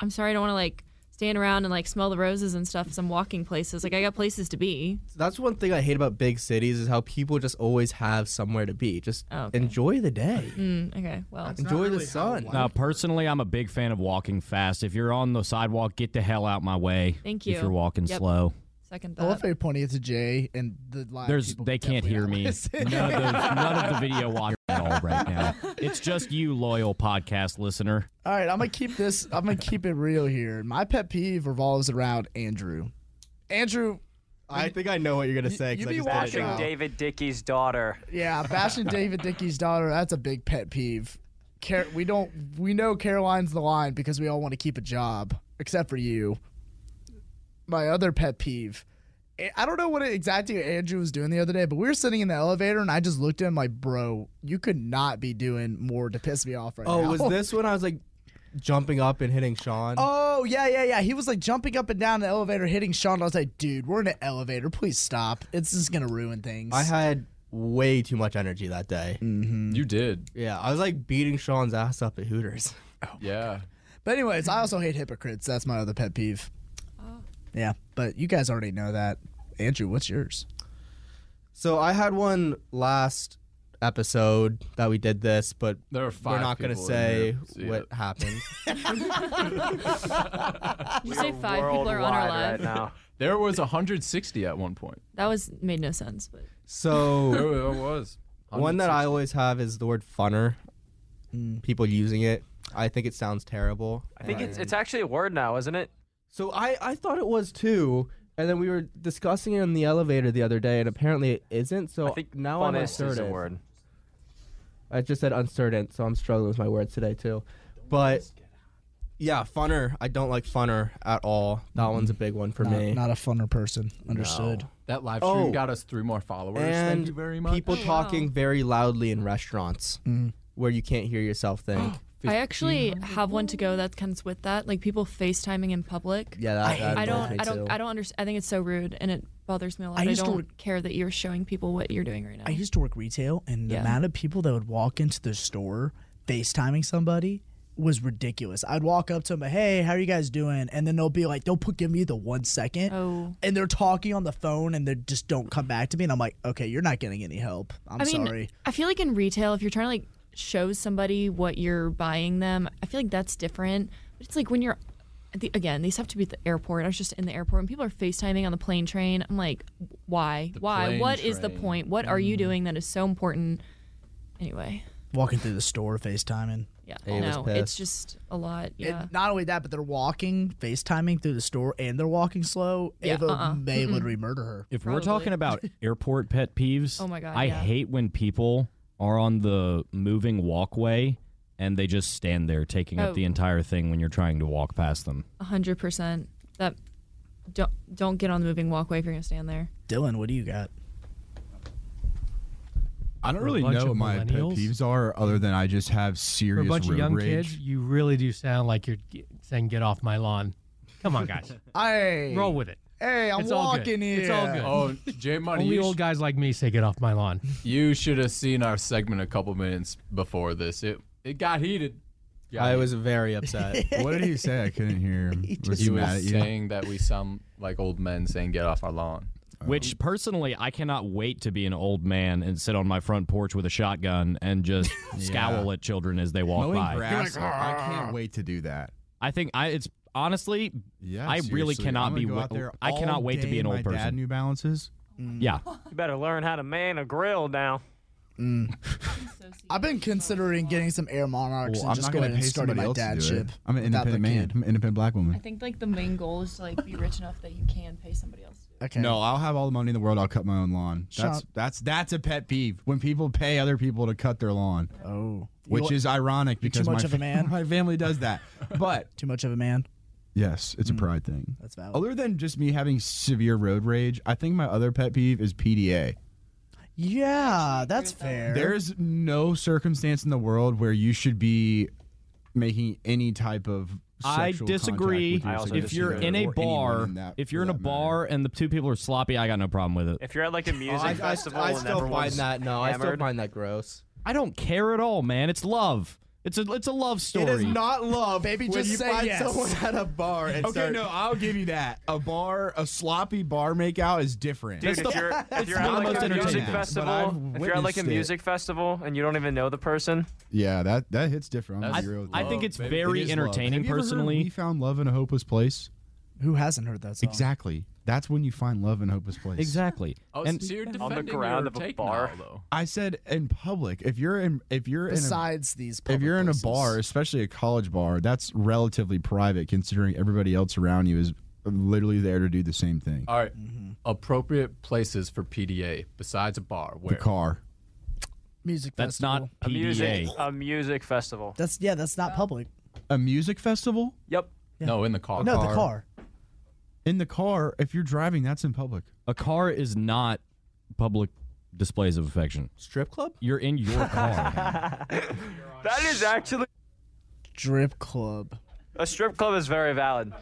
[SPEAKER 8] I'm sorry, I don't want to like stand around and like smell the roses and stuff as I'm walking places. Like I got places to be.
[SPEAKER 7] So that's one thing I hate about big cities is how people just always have somewhere to be. Just
[SPEAKER 6] Oh,
[SPEAKER 8] okay.
[SPEAKER 7] enjoy the day.
[SPEAKER 8] Mm, okay, well,
[SPEAKER 7] enjoy the sun.
[SPEAKER 2] Now, personally, I'm a big fan of walking fast. If you're on the sidewalk, get the hell out my way.
[SPEAKER 8] Thank
[SPEAKER 2] If
[SPEAKER 8] you.
[SPEAKER 2] you're walking
[SPEAKER 8] Yep.
[SPEAKER 2] slow,
[SPEAKER 8] second
[SPEAKER 6] I love
[SPEAKER 8] thought.
[SPEAKER 6] how you're pointing it to Jay and the live
[SPEAKER 2] there's
[SPEAKER 6] people
[SPEAKER 2] they can't
[SPEAKER 6] definitely
[SPEAKER 2] hear
[SPEAKER 6] don't
[SPEAKER 2] me.
[SPEAKER 6] listen.
[SPEAKER 2] None of, those, none of the video watchers at all right now. It's just you, loyal podcast listener.
[SPEAKER 6] All right, I'm gonna keep this. I'm gonna keep it real here. My pet peeve revolves around Andrew. Andrew,
[SPEAKER 7] I think I know what you're gonna say. 'cause
[SPEAKER 6] you
[SPEAKER 7] I
[SPEAKER 6] be
[SPEAKER 7] just
[SPEAKER 6] watching
[SPEAKER 7] edited it
[SPEAKER 12] Watching
[SPEAKER 7] out.
[SPEAKER 12] David Dickey's daughter.
[SPEAKER 6] yeah, bashing David Dickey's daughter. That's a big pet peeve. Car- we don't. We know Caroline's the line because we all want to keep a job, except for you. My other pet peeve. eh, I- I don't know what exactly Andrew was doing the other day, but we were sitting in the elevator, and I just looked at him like, "Bro, you could not be doing more to piss me off right
[SPEAKER 7] Oh,
[SPEAKER 6] now."
[SPEAKER 7] was this when I was like jumping up and hitting Sean?
[SPEAKER 6] Oh yeah, yeah, yeah. He was like jumping up and down the elevator, hitting Sean. I was like, dude, we're in an elevator. Please stop. It's just gonna ruin things.
[SPEAKER 7] I had way too much energy that day.
[SPEAKER 6] Mm.
[SPEAKER 7] Mm-hmm.
[SPEAKER 5] You did.
[SPEAKER 7] Yeah, I was like beating Sean's ass up at Hooters.
[SPEAKER 5] Oh yeah.
[SPEAKER 6] but anyways, I also hate hypocrites. That's my other pet peeve. Yeah, but you guys already know that. Andrew, what's yours?
[SPEAKER 7] So I had one last episode that we did this, but
[SPEAKER 5] There are
[SPEAKER 7] we're
[SPEAKER 5] five
[SPEAKER 7] not going to
[SPEAKER 5] people in
[SPEAKER 7] say
[SPEAKER 5] here. See
[SPEAKER 7] what
[SPEAKER 5] it.
[SPEAKER 7] happened.
[SPEAKER 8] you say five people are on our live.
[SPEAKER 5] There was 160 at one point.
[SPEAKER 8] That was made no sense, but
[SPEAKER 5] There
[SPEAKER 7] So
[SPEAKER 5] it was.
[SPEAKER 7] one that I always have is the word funner. Hmm. People using it. I think it sounds terrible.
[SPEAKER 12] I think it's, it's actually a word now, isn't it?
[SPEAKER 7] So I, I thought it was too, and then we were discussing it in the elevator the other day, and apparently it isn't. So
[SPEAKER 12] I think
[SPEAKER 7] now I'm
[SPEAKER 12] funnest is a
[SPEAKER 7] uncertain.
[SPEAKER 12] word.
[SPEAKER 7] I just said uncertain, so I'm struggling with my words today too. But yeah, funner. I don't like funner at all. That one's a big one for
[SPEAKER 6] not,
[SPEAKER 7] me.
[SPEAKER 6] Not a funner person. Understood.
[SPEAKER 5] That live stream
[SPEAKER 7] Oh.
[SPEAKER 5] got us three more followers.
[SPEAKER 7] and
[SPEAKER 5] Thank you very much.
[SPEAKER 7] people talking very loudly in restaurants
[SPEAKER 6] Mm.
[SPEAKER 7] where you can't hear yourself think.
[SPEAKER 8] I actually have one to go that's comes with that, like people FaceTiming in public.
[SPEAKER 7] Yeah, that- I that hate bothers
[SPEAKER 8] don't,
[SPEAKER 7] me
[SPEAKER 8] I don't,
[SPEAKER 7] too.
[SPEAKER 8] I don't understand. I think it's so rude, and it bothers me a lot.
[SPEAKER 6] I
[SPEAKER 8] I,
[SPEAKER 6] used to
[SPEAKER 8] don't
[SPEAKER 6] work-
[SPEAKER 8] care that you're showing people what you're doing right now.
[SPEAKER 6] I used to work retail, and the
[SPEAKER 8] Yeah.
[SPEAKER 6] amount of people that would walk into the store FaceTiming somebody was ridiculous. I'd walk up to them, hey, how are you guys doing? And then they'll be like, they'll put give me the one second,
[SPEAKER 8] Oh.
[SPEAKER 6] and they're talking on the phone, and they just don't come back to me, and I'm like, okay, you're not getting any help. I'm
[SPEAKER 8] I mean,
[SPEAKER 6] sorry.
[SPEAKER 8] I feel like in retail, if you're trying to like show somebody what you're buying them, I feel like that's different. But it's like when you're, at the, again, these have to be at the airport. I was just in the airport and people are FaceTiming on the plane train. I'm like, why? why?
[SPEAKER 6] plane
[SPEAKER 8] What is the
[SPEAKER 6] train. Mm-hmm.
[SPEAKER 8] point? What are you doing that is so important? Anyway,
[SPEAKER 6] Walking through the store FaceTiming.
[SPEAKER 8] yeah, no, it's just a lot.
[SPEAKER 6] And
[SPEAKER 8] Yeah.
[SPEAKER 6] not only that, but they're walking, FaceTiming through the store, and they're walking slow.
[SPEAKER 8] Yeah,
[SPEAKER 6] Ava
[SPEAKER 8] uh-uh.
[SPEAKER 6] may
[SPEAKER 8] Mm-mm.
[SPEAKER 6] literally murder her.
[SPEAKER 2] If we're talking about airport pet peeves,
[SPEAKER 8] Oh my God,
[SPEAKER 2] I
[SPEAKER 8] yeah.
[SPEAKER 2] hate when people are on the moving walkway and they just stand there taking
[SPEAKER 8] Oh.
[SPEAKER 2] up the entire thing when you're trying to walk past them.
[SPEAKER 8] A hundred percent. That don't don't get on the moving walkway if you're gonna stand there.
[SPEAKER 6] Dylan, what do you got?
[SPEAKER 10] I don't
[SPEAKER 13] We're a
[SPEAKER 10] really
[SPEAKER 13] bunch
[SPEAKER 10] know
[SPEAKER 13] of
[SPEAKER 10] what my pet
[SPEAKER 13] millennials.
[SPEAKER 10] peeves are, other than I just have
[SPEAKER 13] For a
[SPEAKER 10] serious
[SPEAKER 13] bunch of
[SPEAKER 10] road
[SPEAKER 13] young
[SPEAKER 10] rage.
[SPEAKER 13] kids, you really do sound like you're g- saying, "Get off my lawn." Come on, guys.
[SPEAKER 6] Hey,
[SPEAKER 13] roll with it.
[SPEAKER 6] Hey, I'm
[SPEAKER 13] It's all good.
[SPEAKER 6] walking here.
[SPEAKER 13] It's all good.
[SPEAKER 5] Oh, J Money,
[SPEAKER 13] Only
[SPEAKER 5] you
[SPEAKER 13] old
[SPEAKER 5] sh-
[SPEAKER 13] guys like me say, "Get off my lawn."
[SPEAKER 5] You should have seen our segment a couple minutes before this. It it got heated. Got
[SPEAKER 7] I
[SPEAKER 5] heated.
[SPEAKER 7] was very upset.
[SPEAKER 10] what did he say? I couldn't hear him.
[SPEAKER 5] He
[SPEAKER 10] Was
[SPEAKER 5] was,
[SPEAKER 10] he mad at you?
[SPEAKER 5] saying that we sound like old men saying "Get off our lawn."
[SPEAKER 10] Uh-huh.
[SPEAKER 2] Which personally, I cannot wait to be an old man and sit on my front porch with a shotgun and just scowl at children as they walk
[SPEAKER 10] Mowing
[SPEAKER 2] by.
[SPEAKER 10] grass. I can't wait to do that.
[SPEAKER 2] I think I it's honestly,
[SPEAKER 10] Yeah,
[SPEAKER 2] I really
[SPEAKER 10] seriously.
[SPEAKER 2] cannot
[SPEAKER 10] I'm
[SPEAKER 2] be.
[SPEAKER 10] gonna go
[SPEAKER 2] wi-
[SPEAKER 10] out there
[SPEAKER 2] I cannot
[SPEAKER 10] all
[SPEAKER 2] wait to
[SPEAKER 10] day
[SPEAKER 2] be an
[SPEAKER 10] in
[SPEAKER 2] old
[SPEAKER 10] my
[SPEAKER 2] person.
[SPEAKER 10] Dad New Balances.
[SPEAKER 2] Yeah,
[SPEAKER 12] You better learn how to man a grill now.
[SPEAKER 6] I've been considering getting some Air Monarchs
[SPEAKER 10] Well,
[SPEAKER 6] and
[SPEAKER 10] I'm
[SPEAKER 6] just
[SPEAKER 10] not
[SPEAKER 6] go
[SPEAKER 10] going to
[SPEAKER 6] ahead
[SPEAKER 10] pay
[SPEAKER 6] and start
[SPEAKER 10] somebody
[SPEAKER 6] my
[SPEAKER 10] else to
[SPEAKER 6] dad
[SPEAKER 10] do
[SPEAKER 6] ship.
[SPEAKER 10] it. I'm an
[SPEAKER 6] without the
[SPEAKER 10] independent man.
[SPEAKER 6] kid.
[SPEAKER 10] I'm an independent black
[SPEAKER 8] I
[SPEAKER 10] woman.
[SPEAKER 8] think like the main goal is to like be rich enough that you can pay somebody else.
[SPEAKER 6] Okay.
[SPEAKER 10] No, I'll have all the money in the world. I'll cut my own lawn. That's
[SPEAKER 6] Sean-
[SPEAKER 10] that's that's a pet peeve when people pay other people to cut their lawn.
[SPEAKER 6] Oh,
[SPEAKER 10] which
[SPEAKER 6] You-
[SPEAKER 10] is ironic
[SPEAKER 6] You're
[SPEAKER 10] because
[SPEAKER 6] too much
[SPEAKER 10] my
[SPEAKER 6] of a
[SPEAKER 10] fa-
[SPEAKER 6] man.
[SPEAKER 10] my family does that, but
[SPEAKER 6] too much of a man.
[SPEAKER 10] Yes, it's
[SPEAKER 2] Hmm.
[SPEAKER 10] a pride thing.
[SPEAKER 6] That's valid.
[SPEAKER 10] Other than just me having severe road rage, I think my other pet peeve is PDA.
[SPEAKER 6] Yeah, that's fair.
[SPEAKER 10] There's no circumstance in the world where you should be making any type of
[SPEAKER 2] I
[SPEAKER 10] sexual
[SPEAKER 2] disagree.
[SPEAKER 10] contact with your significant
[SPEAKER 2] If you're
[SPEAKER 10] other
[SPEAKER 2] in a
[SPEAKER 10] or anyone
[SPEAKER 2] bar,
[SPEAKER 10] in that-
[SPEAKER 2] if you're
[SPEAKER 10] for
[SPEAKER 2] in a
[SPEAKER 10] that matter.
[SPEAKER 2] bar and the two people are sloppy, I got no problem with it.
[SPEAKER 12] If you're at like a music
[SPEAKER 7] I- I-
[SPEAKER 12] festival,
[SPEAKER 7] I
[SPEAKER 12] and
[SPEAKER 7] still
[SPEAKER 12] everyone's
[SPEAKER 7] find that- no, I still
[SPEAKER 12] hammered,
[SPEAKER 7] find that gross.
[SPEAKER 2] I don't care at all, man. It's love. It's a it's a love story.
[SPEAKER 7] not love, baby.
[SPEAKER 6] when just you say find yes. someone
[SPEAKER 7] at a bar
[SPEAKER 10] Okay, no, I'll give you that. A bar, a sloppy bar makeout is different.
[SPEAKER 12] Dude, if you're, if you're at like a music
[SPEAKER 10] But I've
[SPEAKER 12] festival, if you're at like
[SPEAKER 10] witnessed
[SPEAKER 12] a
[SPEAKER 10] it.
[SPEAKER 12] music festival and you don't even know the person,
[SPEAKER 10] yeah, that that hits different. I'm
[SPEAKER 2] I-
[SPEAKER 10] gonna be real with
[SPEAKER 2] I
[SPEAKER 10] you.
[SPEAKER 2] think it's
[SPEAKER 10] It
[SPEAKER 2] very
[SPEAKER 10] is love.
[SPEAKER 2] entertaining,
[SPEAKER 10] Have you ever heard of
[SPEAKER 2] personally.
[SPEAKER 10] we found love in a hopeless place.
[SPEAKER 6] Who hasn't heard that song?
[SPEAKER 10] Exactly. That's when you find love in a hopeless place.
[SPEAKER 2] Exactly.
[SPEAKER 5] Oh,
[SPEAKER 10] And-
[SPEAKER 5] so you're
[SPEAKER 10] On the
[SPEAKER 5] defending
[SPEAKER 12] ground
[SPEAKER 5] your
[SPEAKER 12] of a
[SPEAKER 5] take
[SPEAKER 12] bar.
[SPEAKER 5] now, though.
[SPEAKER 10] I said in public. If you're in, if you're
[SPEAKER 6] Besides
[SPEAKER 10] in a,
[SPEAKER 6] these
[SPEAKER 10] if
[SPEAKER 6] public
[SPEAKER 10] you're
[SPEAKER 6] places.
[SPEAKER 10] in a bar, especially a college bar, that's relatively private considering everybody else around you is literally there to do the same
[SPEAKER 12] Uh,
[SPEAKER 10] thing.
[SPEAKER 5] All right. appropriate places for PDA besides a bar. Where
[SPEAKER 10] The car.
[SPEAKER 6] music.
[SPEAKER 2] That's
[SPEAKER 6] festival.
[SPEAKER 2] not
[SPEAKER 12] a music,
[SPEAKER 2] PDA.
[SPEAKER 12] a music festival.
[SPEAKER 6] That's yeah. That's not public.
[SPEAKER 10] A music festival
[SPEAKER 12] Yep.
[SPEAKER 5] No, in the car.
[SPEAKER 6] no, the car.
[SPEAKER 10] in the car. If you're driving, that's in public.
[SPEAKER 2] A car is not public displays of affection.
[SPEAKER 7] Strip club?
[SPEAKER 2] You're in your car.
[SPEAKER 12] That is actually
[SPEAKER 6] Drip club.
[SPEAKER 12] a strip club is very valid.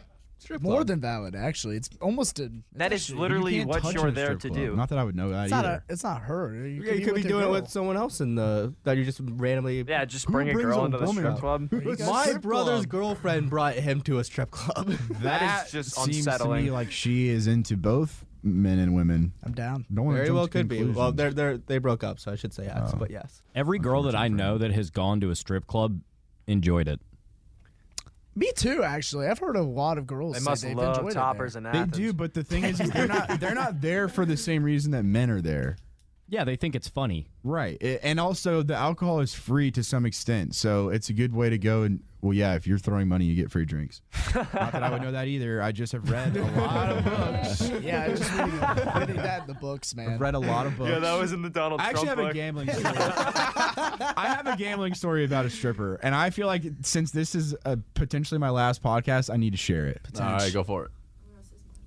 [SPEAKER 6] More than valid, actually. It's almost a.
[SPEAKER 12] That is literally
[SPEAKER 10] can't
[SPEAKER 12] what
[SPEAKER 10] touch
[SPEAKER 12] you're
[SPEAKER 10] in a
[SPEAKER 12] there
[SPEAKER 10] strip
[SPEAKER 12] to
[SPEAKER 10] club.
[SPEAKER 12] do.
[SPEAKER 10] Not that I would know that
[SPEAKER 6] It's not,
[SPEAKER 10] either.
[SPEAKER 6] a, it's not her. You
[SPEAKER 7] Yeah, you could be
[SPEAKER 6] with a
[SPEAKER 7] doing it
[SPEAKER 6] girl.
[SPEAKER 7] with someone else in the that you just randomly.
[SPEAKER 12] Yeah, just
[SPEAKER 10] Who
[SPEAKER 12] bring a
[SPEAKER 10] brings
[SPEAKER 12] girl
[SPEAKER 10] a
[SPEAKER 12] into the
[SPEAKER 10] woman
[SPEAKER 12] strip
[SPEAKER 10] up?
[SPEAKER 12] club.
[SPEAKER 7] My brother's girlfriend brought him to a strip club.
[SPEAKER 12] That is just
[SPEAKER 10] seems to
[SPEAKER 12] unsettling.
[SPEAKER 10] me like she is into both men and women.
[SPEAKER 6] I'm down.
[SPEAKER 10] Don't wanna
[SPEAKER 7] Very
[SPEAKER 10] jump
[SPEAKER 7] well
[SPEAKER 10] to
[SPEAKER 7] could be. Well,
[SPEAKER 10] conclusions. Oh.
[SPEAKER 7] they're they they broke up, so I should say yes, but yes.
[SPEAKER 2] Every girl that I know that has gone to a strip club enjoyed it.
[SPEAKER 6] Me too, actually. I've heard a lot of girls
[SPEAKER 12] They
[SPEAKER 6] say
[SPEAKER 12] must
[SPEAKER 6] they've
[SPEAKER 12] love
[SPEAKER 6] enjoyed
[SPEAKER 12] toppers
[SPEAKER 6] it.
[SPEAKER 12] and
[SPEAKER 10] They
[SPEAKER 12] Athens.
[SPEAKER 10] do, but the thing is, is they're not they're not there for the same reason that men are there.
[SPEAKER 2] Yeah, they think it's funny.
[SPEAKER 10] Right. I- and also the alcohol is free to some extent, so it's a good way to go and Well, yeah, if you're throwing money, you get free drinks. Not that I would know that either. I just have read a lot of books.
[SPEAKER 6] yeah, just reading, reading that in the books, man.
[SPEAKER 10] I've read a lot of books.
[SPEAKER 12] Yeah, that was in the Donald
[SPEAKER 10] I actually
[SPEAKER 12] Trump
[SPEAKER 10] have
[SPEAKER 12] book.
[SPEAKER 10] a gambling story. I have a gambling story about a stripper, and I feel like since this is uh potentially my last podcast, I need to share it.
[SPEAKER 5] All right, go for it.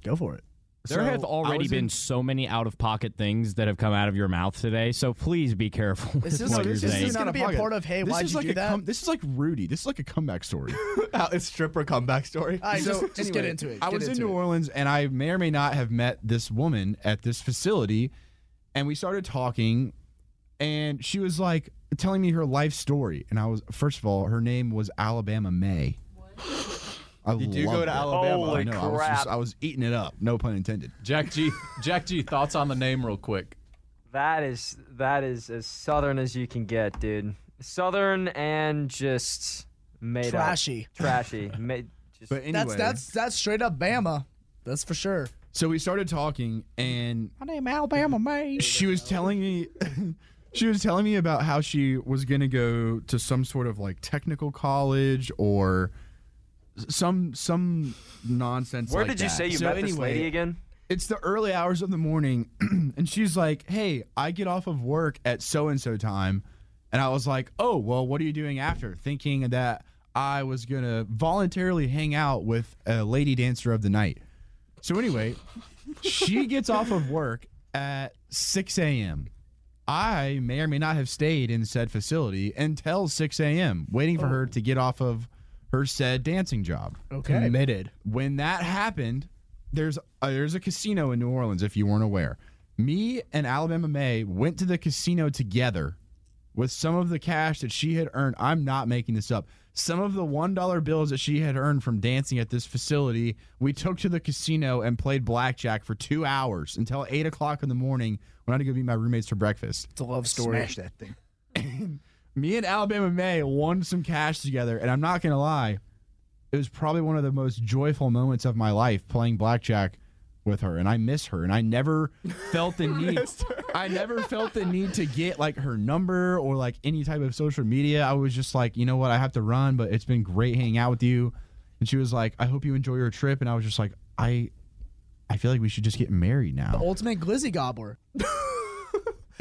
[SPEAKER 10] Go for it.
[SPEAKER 2] There have already been so many out of pocket things that have come out of your mouth today, so please be careful with
[SPEAKER 6] This is-
[SPEAKER 2] what
[SPEAKER 6] this
[SPEAKER 2] you're
[SPEAKER 6] is
[SPEAKER 2] saying.
[SPEAKER 6] not gonna be a part of, hey,
[SPEAKER 10] this
[SPEAKER 6] why'd
[SPEAKER 10] is
[SPEAKER 6] you
[SPEAKER 10] like
[SPEAKER 6] do
[SPEAKER 10] a
[SPEAKER 6] that?
[SPEAKER 10] Come, this is like Rudy. This is like a comeback story.
[SPEAKER 7] it's stripper comeback story.
[SPEAKER 6] All right, just- just get into it.
[SPEAKER 10] I
[SPEAKER 6] Get
[SPEAKER 10] was in
[SPEAKER 6] into
[SPEAKER 10] New
[SPEAKER 6] it.
[SPEAKER 10] Orleans, and I may or may not have met this woman at this facility, and we started talking, and she was like telling me her life story, and I was first of all, her name was Alabama May. I
[SPEAKER 5] Did you go
[SPEAKER 10] loved
[SPEAKER 5] to
[SPEAKER 10] it.
[SPEAKER 5] Alabama?
[SPEAKER 10] I
[SPEAKER 5] Holy
[SPEAKER 10] know, I was,
[SPEAKER 5] crap.
[SPEAKER 10] just, I was eating it up. No pun intended.
[SPEAKER 5] Jack G. Jack G. Thoughts on the name, real quick.
[SPEAKER 12] That is that is as southern as you can get, dude. Southern and just made
[SPEAKER 6] Trashy.
[SPEAKER 12] up. Trashy. Ma- just,
[SPEAKER 10] But anyway,
[SPEAKER 6] That's that's that's straight up Bama. That's for sure.
[SPEAKER 10] so we started talking, and
[SPEAKER 6] My name Alabama May.
[SPEAKER 10] she was telling me she was telling me about how she was going to go to some sort of like technical college or s- some some nonsense
[SPEAKER 12] Where
[SPEAKER 10] like
[SPEAKER 12] did you
[SPEAKER 10] that.
[SPEAKER 12] say you
[SPEAKER 10] So
[SPEAKER 12] met this
[SPEAKER 10] anyway,
[SPEAKER 12] lady again?
[SPEAKER 10] it's the early hours of the morning and she's like hey i get off of work at so and so time and i was like oh well what are you doing after thinking that i was gonna voluntarily hang out with a lady dancer of the night so anyway she gets off of work at 6 a.m i may or may not have stayed in said facility until 6 a.m waiting for her to get off of her said dancing job
[SPEAKER 6] Okay.
[SPEAKER 7] Committed.
[SPEAKER 10] when that happened, there's uh, there's a casino in New Orleans. If you weren't aware, me and Alabama May went to the casino together with some of the cash that she had earned. I'm not making this up. Some of the one dollar bills that she had earned from dancing at this facility, we took to the casino and played blackjack for two hours until eight o'clock in the morning when I had to go meet my roommates for breakfast.
[SPEAKER 6] It's a love story.
[SPEAKER 10] Smash that thing. Me and Alabama May won some cash together, and I'm not gonna lie, it was probably one of the most joyful moments of my life playing blackjack with her, and I miss her, and I never felt the need. I never felt the need to get like her number or like any type of social media. I was just like, you know what, I have to run, but it's been great hanging out with you. And she was like, I hope you enjoy your trip, and I was just like, I, I feel like we should just get married
[SPEAKER 6] The
[SPEAKER 10] now.
[SPEAKER 6] ultimate glizzy gobbler.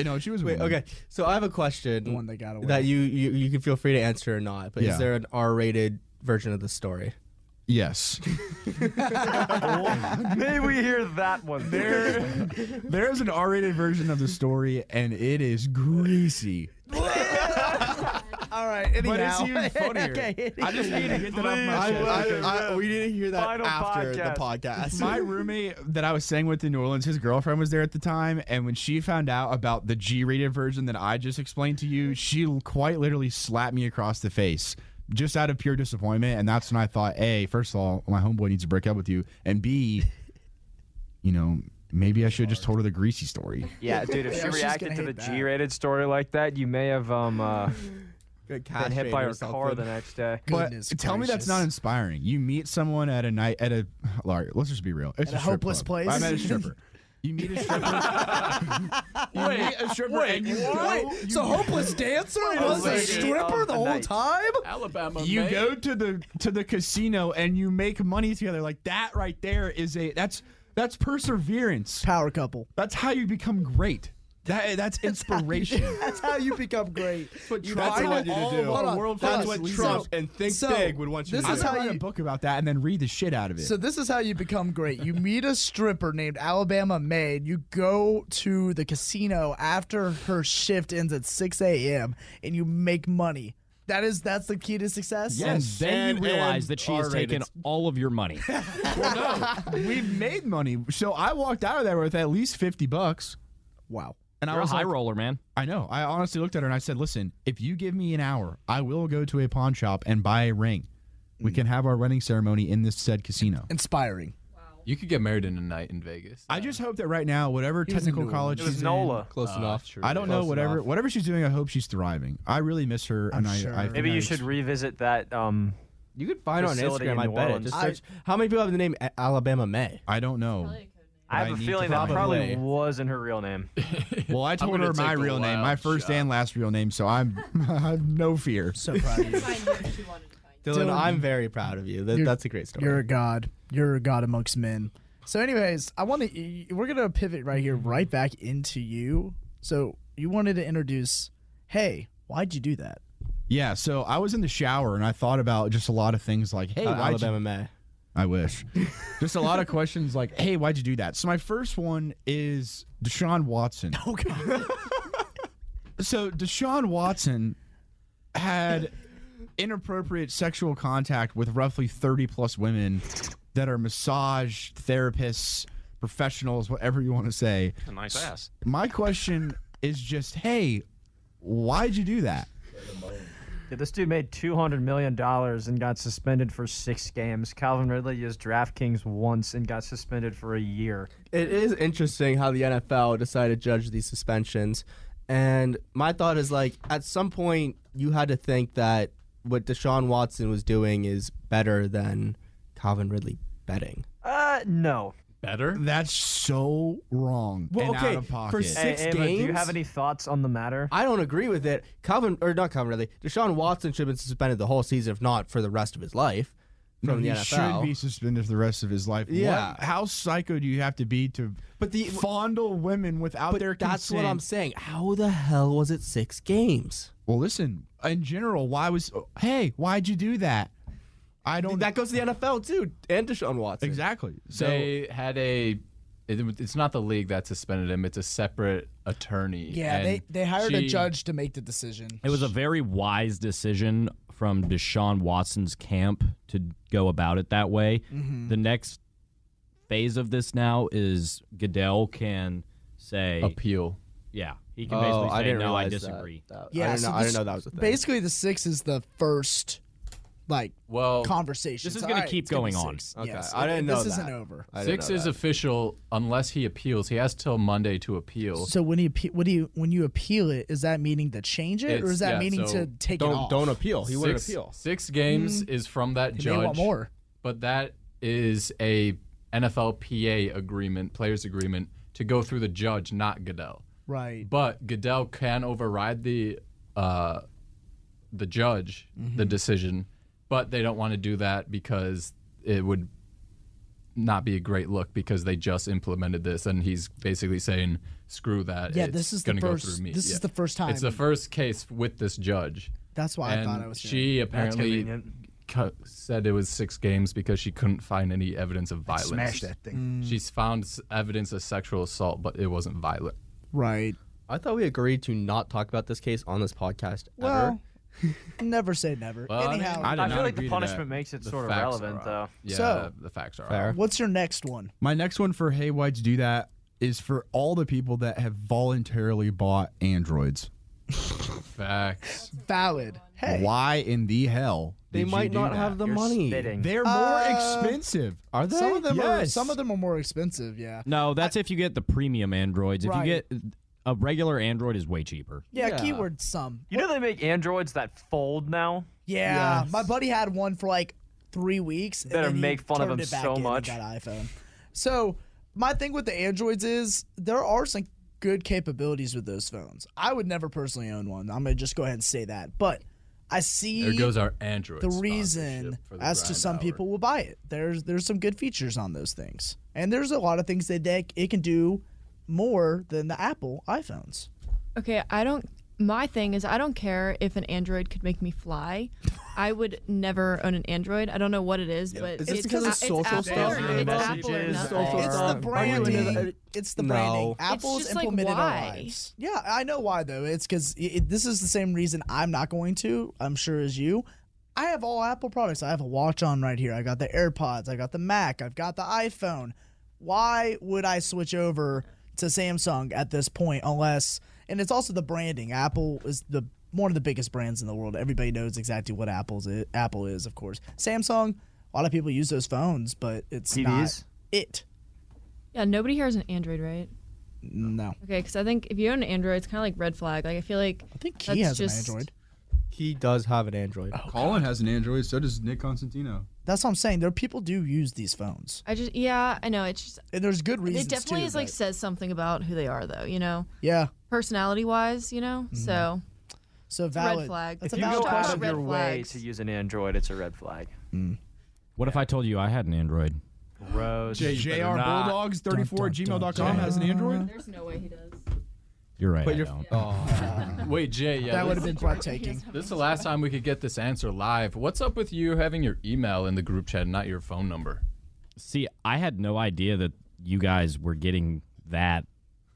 [SPEAKER 10] no, she was.
[SPEAKER 7] Wait, okay. So I have a question. The
[SPEAKER 6] one that got away.
[SPEAKER 7] That you you, you can feel free to answer or not. But
[SPEAKER 10] Yeah.
[SPEAKER 7] is there an R-rated version of the story?
[SPEAKER 10] Yes.
[SPEAKER 12] May we hear that one?
[SPEAKER 10] There, there is an R-rated version of the story, and it is greasy.
[SPEAKER 6] All right. Anyhow.
[SPEAKER 10] But it's even funnier.
[SPEAKER 6] okay.
[SPEAKER 10] I just need to get that off my
[SPEAKER 7] I-
[SPEAKER 10] chest.
[SPEAKER 7] I-
[SPEAKER 10] Okay.
[SPEAKER 7] I- we need to hear that
[SPEAKER 10] Final
[SPEAKER 7] after
[SPEAKER 10] podcast.
[SPEAKER 7] the podcast.
[SPEAKER 10] My roommate that I was staying with in New Orleans, his girlfriend was there at the time, and when she found out about the G-rated version that I just explained to you, she l- quite literally slapped me across the face. Just out of pure disappointment, and that's when I thought, A, first of all, my homeboy needs to break up with you, and B, you know, maybe I should have just told her the greasy story.
[SPEAKER 12] Yeah, dude. If
[SPEAKER 6] Yeah,
[SPEAKER 12] she
[SPEAKER 6] she's
[SPEAKER 12] reacted
[SPEAKER 6] gonna
[SPEAKER 12] to the
[SPEAKER 6] hate that.
[SPEAKER 12] G-rated story like that, you may have um uh, been hit
[SPEAKER 7] castrated
[SPEAKER 12] by
[SPEAKER 7] or
[SPEAKER 12] her car the
[SPEAKER 7] something.
[SPEAKER 12] next day.
[SPEAKER 10] But tell me that's not inspiring. You meet someone at a night at a all right, let's just be real. It's
[SPEAKER 6] At a
[SPEAKER 10] strip
[SPEAKER 6] hopeless
[SPEAKER 10] club.
[SPEAKER 6] place.
[SPEAKER 10] I'm at a stripper. You meet a stripper. you meet a stripper
[SPEAKER 6] Wait,
[SPEAKER 10] and Oh, you
[SPEAKER 6] wait,
[SPEAKER 10] go.
[SPEAKER 6] so hopeless dancer
[SPEAKER 5] Wait a
[SPEAKER 6] was a
[SPEAKER 5] second.
[SPEAKER 6] stripper the whole
[SPEAKER 12] Night.
[SPEAKER 6] time?
[SPEAKER 5] Alabama.
[SPEAKER 10] You
[SPEAKER 5] May.
[SPEAKER 10] go to the to the casino and you make money together. Like that right there is a that's that's perseverance.
[SPEAKER 6] Power couple.
[SPEAKER 10] That's how you become great. That that's inspiration.
[SPEAKER 6] That's how you become great.
[SPEAKER 7] But
[SPEAKER 6] You
[SPEAKER 7] Trump
[SPEAKER 6] find
[SPEAKER 7] wanted you to
[SPEAKER 6] all
[SPEAKER 7] do.
[SPEAKER 6] of- hold on,
[SPEAKER 10] World
[SPEAKER 6] hold on.
[SPEAKER 7] That's what Trump and Think
[SPEAKER 6] so,
[SPEAKER 7] Big would want you
[SPEAKER 6] this
[SPEAKER 7] to
[SPEAKER 6] is
[SPEAKER 7] do.
[SPEAKER 6] how
[SPEAKER 10] I write a
[SPEAKER 6] you-
[SPEAKER 10] book about that and then read the shit out of it.
[SPEAKER 6] So this is how you become great. You meet a stripper named Alabama Maid. You go to the casino after her shift ends at 6 a.m. and you make money. That is that's the key to success.
[SPEAKER 10] Yes.
[SPEAKER 2] And then
[SPEAKER 10] And-
[SPEAKER 2] you realize
[SPEAKER 10] and
[SPEAKER 2] that she has
[SPEAKER 10] R-rated.
[SPEAKER 2] taken all of your money.
[SPEAKER 10] we made money. So I walked out of there with at least fifty bucks.
[SPEAKER 6] Wow.
[SPEAKER 10] And I
[SPEAKER 2] You're a
[SPEAKER 10] was
[SPEAKER 2] high
[SPEAKER 10] like,
[SPEAKER 2] roller, man.
[SPEAKER 10] I know. I honestly looked at her and I said, "Listen, if you give me an hour, I will go to a pawn shop and buy a ring.
[SPEAKER 7] Mm.
[SPEAKER 10] We can have our wedding ceremony in this said casino."
[SPEAKER 6] Inspiring.
[SPEAKER 5] You could get married in a night in Vegas.
[SPEAKER 10] I just hope that right now, whatever
[SPEAKER 6] was in
[SPEAKER 10] technical
[SPEAKER 6] New
[SPEAKER 10] college
[SPEAKER 12] It was
[SPEAKER 10] she's
[SPEAKER 12] Nola.
[SPEAKER 7] Close enough.
[SPEAKER 10] in, I don't know
[SPEAKER 7] Uh, Close
[SPEAKER 10] whatever
[SPEAKER 7] enough.
[SPEAKER 10] whatever she's doing. I hope she's thriving. I really miss her, and I-
[SPEAKER 6] sure.
[SPEAKER 10] I, think
[SPEAKER 12] Maybe
[SPEAKER 10] I
[SPEAKER 12] you should revisit that. Um,
[SPEAKER 7] You can find her on
[SPEAKER 12] Facility in
[SPEAKER 7] Instagram. I
[SPEAKER 12] New
[SPEAKER 7] bet it.
[SPEAKER 12] Orleans.
[SPEAKER 7] Just search. how many people have the name A- Alabama May?
[SPEAKER 10] I don't know.
[SPEAKER 12] I have
[SPEAKER 10] I
[SPEAKER 12] a
[SPEAKER 10] need
[SPEAKER 12] feeling
[SPEAKER 10] to
[SPEAKER 12] that
[SPEAKER 10] find a
[SPEAKER 12] probably
[SPEAKER 7] way.
[SPEAKER 12] wasn't her real name.
[SPEAKER 10] Well, I told
[SPEAKER 5] gonna
[SPEAKER 10] her my
[SPEAKER 5] take a
[SPEAKER 10] real name,
[SPEAKER 5] wild
[SPEAKER 10] my first
[SPEAKER 5] shot.
[SPEAKER 10] and last real name, so I'm I have no fear.
[SPEAKER 6] So proud of you.
[SPEAKER 7] Dylan, I'm very proud of you. That,
[SPEAKER 6] You're-
[SPEAKER 7] that's a great story.
[SPEAKER 6] You're a god. You're a god amongst men. So, anyways, I want to. We're gonna pivot right here, right back into you. So, you wanted to introduce. Hey, why'd you do that?
[SPEAKER 10] Yeah, so I was in the shower and I thought about just a lot of things like, hey,
[SPEAKER 7] Uh,
[SPEAKER 10] why'd
[SPEAKER 7] Alabama
[SPEAKER 10] you...
[SPEAKER 7] May.
[SPEAKER 10] I wish. just a lot of questions like, hey, why'd you do that? So my first one is Deshaun Watson.
[SPEAKER 6] Oh god.
[SPEAKER 10] so Deshaun Watson had inappropriate sexual contact with roughly 30 plus women that are massage therapists, professionals, whatever you want to say.
[SPEAKER 14] A nice ass.
[SPEAKER 10] My question is just, hey, why'd you do that?
[SPEAKER 12] Dude, this dude made two hundred million dollars and got suspended for six games. Calvin Ridley used DraftKings once and got suspended for a year.
[SPEAKER 7] It is interesting how the NFL decided to judge these suspensions. And my thought is like, at some point, you had to think that what Deshaun Watson was doing is better than Calvin Ridley betting.
[SPEAKER 12] Uh, no.
[SPEAKER 10] Better? That's so wrong.
[SPEAKER 7] Well,
[SPEAKER 10] and
[SPEAKER 7] okay,
[SPEAKER 10] out of pocket.
[SPEAKER 7] for six
[SPEAKER 12] Hey, Emma, do
[SPEAKER 7] games.
[SPEAKER 12] you have any thoughts on the matter?
[SPEAKER 7] I don't agree with it. Calvin, or not Calvin Ridley, Deshaun Watson should have been suspended the whole season, if not for the rest of his life
[SPEAKER 10] No,
[SPEAKER 7] from
[SPEAKER 10] he
[SPEAKER 7] the NFL.
[SPEAKER 10] should be suspended for the rest of his life. What-
[SPEAKER 7] Yeah.
[SPEAKER 10] how psycho do you have to be to
[SPEAKER 7] but the,
[SPEAKER 10] fondle women without
[SPEAKER 7] but
[SPEAKER 10] their
[SPEAKER 7] That's what
[SPEAKER 10] consent?
[SPEAKER 7] I'm saying. How the hell was it six games?
[SPEAKER 10] Well, listen, in general, why was hey, why'd you do that? I don't.
[SPEAKER 7] That goes to the NFL too, and Deshaun Watson.
[SPEAKER 10] Exactly.
[SPEAKER 5] they had a. it- it's not the league that suspended him. It's a separate attorney.
[SPEAKER 6] Yeah,
[SPEAKER 5] and
[SPEAKER 6] they they hired a
[SPEAKER 5] she-
[SPEAKER 6] judge to make the decision.
[SPEAKER 2] It was a very wise decision from Deshaun Watson's camp to go about it that way.
[SPEAKER 6] Mhm.
[SPEAKER 2] The next phase of this now is Goodell can say
[SPEAKER 5] appeal.
[SPEAKER 2] Yeah, he can basically say no, I
[SPEAKER 7] realize that.
[SPEAKER 2] disagree.
[SPEAKER 7] That- I didn't know. I
[SPEAKER 6] this-
[SPEAKER 7] didn't know that was a thing.
[SPEAKER 6] Basically, the six is the first, like,
[SPEAKER 5] well,
[SPEAKER 6] conversation.
[SPEAKER 2] this is
[SPEAKER 6] So,
[SPEAKER 2] gonna
[SPEAKER 6] alright,
[SPEAKER 2] keep
[SPEAKER 6] it's gonna be
[SPEAKER 2] going on.
[SPEAKER 6] six.
[SPEAKER 2] Okay,
[SPEAKER 6] Yes,
[SPEAKER 7] I didn't
[SPEAKER 6] this
[SPEAKER 7] know
[SPEAKER 6] isn't
[SPEAKER 7] that.
[SPEAKER 6] over.
[SPEAKER 7] I didn't
[SPEAKER 5] Six
[SPEAKER 7] know
[SPEAKER 5] is
[SPEAKER 7] that.
[SPEAKER 5] official unless he appeals. He has till Monday to appeal.
[SPEAKER 6] So when you appe- what do you when you appeal it is that meaning to change it or
[SPEAKER 5] It's-
[SPEAKER 6] is that
[SPEAKER 5] yeah,
[SPEAKER 6] meaning
[SPEAKER 5] so
[SPEAKER 6] to take it off?
[SPEAKER 5] six, Six games is from that
[SPEAKER 6] Mm. He may
[SPEAKER 5] judge.
[SPEAKER 6] want more.
[SPEAKER 5] But that is a NFLPA agreement, players agreement, to go through the judge, not Goodell.
[SPEAKER 6] Right.
[SPEAKER 5] But Goodell can override the uh, the judge, the
[SPEAKER 6] Mhm.
[SPEAKER 5] decision, but they don't want to do that because it would not be a great look because they just implemented this and he's basically saying screw that
[SPEAKER 6] Yeah,
[SPEAKER 5] it's
[SPEAKER 6] this is the
[SPEAKER 5] gonna go
[SPEAKER 6] first-
[SPEAKER 5] through me
[SPEAKER 6] this is
[SPEAKER 5] Yeah.
[SPEAKER 6] the first time.
[SPEAKER 5] it's the first case with this judge
[SPEAKER 6] That's why I thought
[SPEAKER 5] And
[SPEAKER 6] I was hearing
[SPEAKER 5] she
[SPEAKER 6] it. That's
[SPEAKER 5] apparently
[SPEAKER 6] convenient.
[SPEAKER 5] cu- said it was six games because she couldn't find any evidence of violence
[SPEAKER 9] smashed that thing. Mm.
[SPEAKER 5] she's found s- evidence of sexual assault but it wasn't violent
[SPEAKER 6] Right.
[SPEAKER 7] I thought we agreed to not talk about this case on this podcast ever.
[SPEAKER 6] Well, never say never.
[SPEAKER 7] Well, I mean,
[SPEAKER 6] Anyhow,
[SPEAKER 7] I did I feel not like the agree to punishment that.
[SPEAKER 12] makes it
[SPEAKER 7] The
[SPEAKER 12] sort of
[SPEAKER 7] facts
[SPEAKER 12] relevant, though.
[SPEAKER 6] so
[SPEAKER 10] Fair.
[SPEAKER 6] What's your next one?
[SPEAKER 10] My next one for Hey, why'd you do that? Is for all the people that have voluntarily bought androids.
[SPEAKER 5] Facts.
[SPEAKER 6] Valid. Hey.
[SPEAKER 10] Why in the hell?
[SPEAKER 6] They
[SPEAKER 10] did you
[SPEAKER 6] might
[SPEAKER 10] do
[SPEAKER 6] not
[SPEAKER 10] that?
[SPEAKER 6] have the You're money. spitting.
[SPEAKER 10] They're more
[SPEAKER 6] Uh,
[SPEAKER 10] expensive.
[SPEAKER 7] Are
[SPEAKER 6] Some of them
[SPEAKER 10] Yes.
[SPEAKER 6] are some of them are more expensive. Yeah.
[SPEAKER 2] No, that's if you get the premium androids. If
[SPEAKER 6] Right.
[SPEAKER 2] you get a regular android, is way cheaper.
[SPEAKER 6] Yeah. Keyword some.
[SPEAKER 12] You know they make androids that fold now.
[SPEAKER 6] Yeah. My buddy had one for like three weeks. and
[SPEAKER 12] Better
[SPEAKER 6] then he
[SPEAKER 12] make fun of
[SPEAKER 6] turned
[SPEAKER 12] him
[SPEAKER 6] it back
[SPEAKER 12] so
[SPEAKER 6] in and
[SPEAKER 12] much.
[SPEAKER 6] got iPhone. So my thing with the androids is there are some good capabilities with those phones. I would never personally own one. I'm gonna just go ahead and say that. But I see
[SPEAKER 5] There goes our Android
[SPEAKER 6] The reason
[SPEAKER 5] for the
[SPEAKER 6] as to
[SPEAKER 5] grind
[SPEAKER 6] some
[SPEAKER 5] hour.
[SPEAKER 6] people will buy it. There's there's some good features on those things, and there's a lot of things that they, it can do more than the Apple iPhones.
[SPEAKER 8] Okay, I don't. My thing is, I don't care if an Android could make me fly. I would never own an Android. I don't know what it is, but
[SPEAKER 7] Is this because of
[SPEAKER 8] it's
[SPEAKER 7] social
[SPEAKER 8] Apple
[SPEAKER 7] stuff?
[SPEAKER 8] or-
[SPEAKER 7] Your
[SPEAKER 8] it's
[SPEAKER 7] messages
[SPEAKER 8] Apple or nothing.
[SPEAKER 7] are-
[SPEAKER 6] It's the branding. It's the
[SPEAKER 7] No.
[SPEAKER 6] branding.
[SPEAKER 7] It's
[SPEAKER 6] Apple's
[SPEAKER 8] just like,
[SPEAKER 6] implemented our
[SPEAKER 8] why?
[SPEAKER 6] lives. Yeah, I know why though. It's because it, this is the same reason I'm not going to. I'm sure as you. I have all Apple products. I have a watch on right here. I got the AirPods. I got the Mac. I've got the iPhone. Why would I switch over to Samsung at this point? Unless, and it's also the branding. Apple is the one of the biggest brands in the world. Everybody knows exactly what Apple's i Apple is, of course. Samsung. A lot of people use those phones, but it's not
[SPEAKER 12] TVs?
[SPEAKER 6] it.
[SPEAKER 8] Yeah, nobody here has an Android, right?
[SPEAKER 6] No.
[SPEAKER 8] Okay, because I think if you own an Android, it's kind of like red flag. Like I feel like I
[SPEAKER 6] think
[SPEAKER 8] that's just,
[SPEAKER 7] He does have an Android.
[SPEAKER 10] Colin has an Android. So does Nick Constantino.
[SPEAKER 6] That's what I'm saying. There people do use these phones.
[SPEAKER 8] I just yeah, I know it's just.
[SPEAKER 6] And there's good reasons
[SPEAKER 8] It definitely
[SPEAKER 6] too,
[SPEAKER 8] is like
[SPEAKER 6] but-
[SPEAKER 8] says something about who they are, though. You know,
[SPEAKER 6] Yeah.
[SPEAKER 8] personality wise, you know. So
[SPEAKER 6] So Mm-hmm. valid.
[SPEAKER 14] flag.
[SPEAKER 6] That's a
[SPEAKER 14] If you
[SPEAKER 6] valid
[SPEAKER 14] go out
[SPEAKER 6] question.
[SPEAKER 14] of your Red
[SPEAKER 12] Way to use an Android, it's a red flag.
[SPEAKER 2] What if I told you I had an Android?
[SPEAKER 12] Rose.
[SPEAKER 10] J- JR Bulldogs 34 gmail.com has an Android.
[SPEAKER 8] There's no way he does.
[SPEAKER 2] You're right.
[SPEAKER 5] But
[SPEAKER 2] I
[SPEAKER 5] you're-
[SPEAKER 2] don't.
[SPEAKER 5] Oh. Wait, Jay. Yeah,
[SPEAKER 6] That would've
[SPEAKER 5] this-
[SPEAKER 6] been breathtaking.
[SPEAKER 5] This is the last time we could get this answer live. What's up with you having your email in the group chat, and not your phone number?
[SPEAKER 2] See, I had no idea that you guys were getting that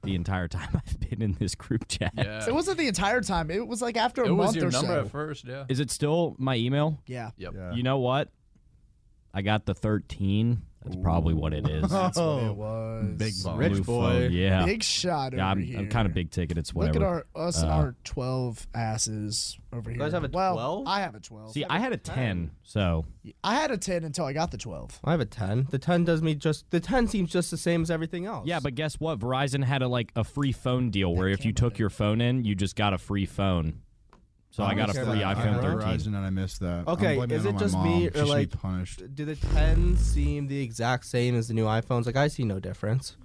[SPEAKER 2] the entire time I've been in this group chat.
[SPEAKER 5] Yeah.
[SPEAKER 6] So it wasn't the entire time. It was like after a
[SPEAKER 5] It was
[SPEAKER 6] month
[SPEAKER 5] your
[SPEAKER 6] or
[SPEAKER 5] number
[SPEAKER 6] so.
[SPEAKER 5] at first, yeah.
[SPEAKER 2] Is it still my email?
[SPEAKER 6] Yeah.
[SPEAKER 5] Yep.
[SPEAKER 2] You know what? I got the 13. Hmm. That's probably what it is.
[SPEAKER 6] That's what Oh, it was.
[SPEAKER 2] Big
[SPEAKER 6] Big
[SPEAKER 2] blue
[SPEAKER 6] boy.
[SPEAKER 2] phone, Yeah.
[SPEAKER 6] Big shot
[SPEAKER 2] Yeah, I'm,
[SPEAKER 6] over
[SPEAKER 2] I'm
[SPEAKER 6] here.
[SPEAKER 2] kind of big ticket. It's whatever.
[SPEAKER 6] Look at our us and
[SPEAKER 2] Uh,
[SPEAKER 6] our twelve asses over here.
[SPEAKER 2] You guys have a
[SPEAKER 6] well,
[SPEAKER 2] 12?
[SPEAKER 6] I have a twelve.
[SPEAKER 2] See, I had a 10, so.
[SPEAKER 6] I had a ten until I got the twelve.
[SPEAKER 7] I have a 10. The 10 does me just. The 10 seems just the same as everything else.
[SPEAKER 2] Yeah, but guess what? Verizon had a like a free phone deal where if you took your phone in, you just got a free phone. So I got a
[SPEAKER 10] missed
[SPEAKER 2] free
[SPEAKER 10] that. I
[SPEAKER 2] iPhone
[SPEAKER 10] had
[SPEAKER 2] 13.
[SPEAKER 10] Verizon and I missed that.
[SPEAKER 7] Okay,
[SPEAKER 10] I'm blaming
[SPEAKER 7] is
[SPEAKER 10] that on
[SPEAKER 7] it
[SPEAKER 10] my
[SPEAKER 7] just
[SPEAKER 10] mom.
[SPEAKER 7] me
[SPEAKER 10] She
[SPEAKER 7] or
[SPEAKER 10] should be
[SPEAKER 7] like
[SPEAKER 10] punished?
[SPEAKER 7] do the 10s seem the exact same as the new iPhones? Like I see no difference.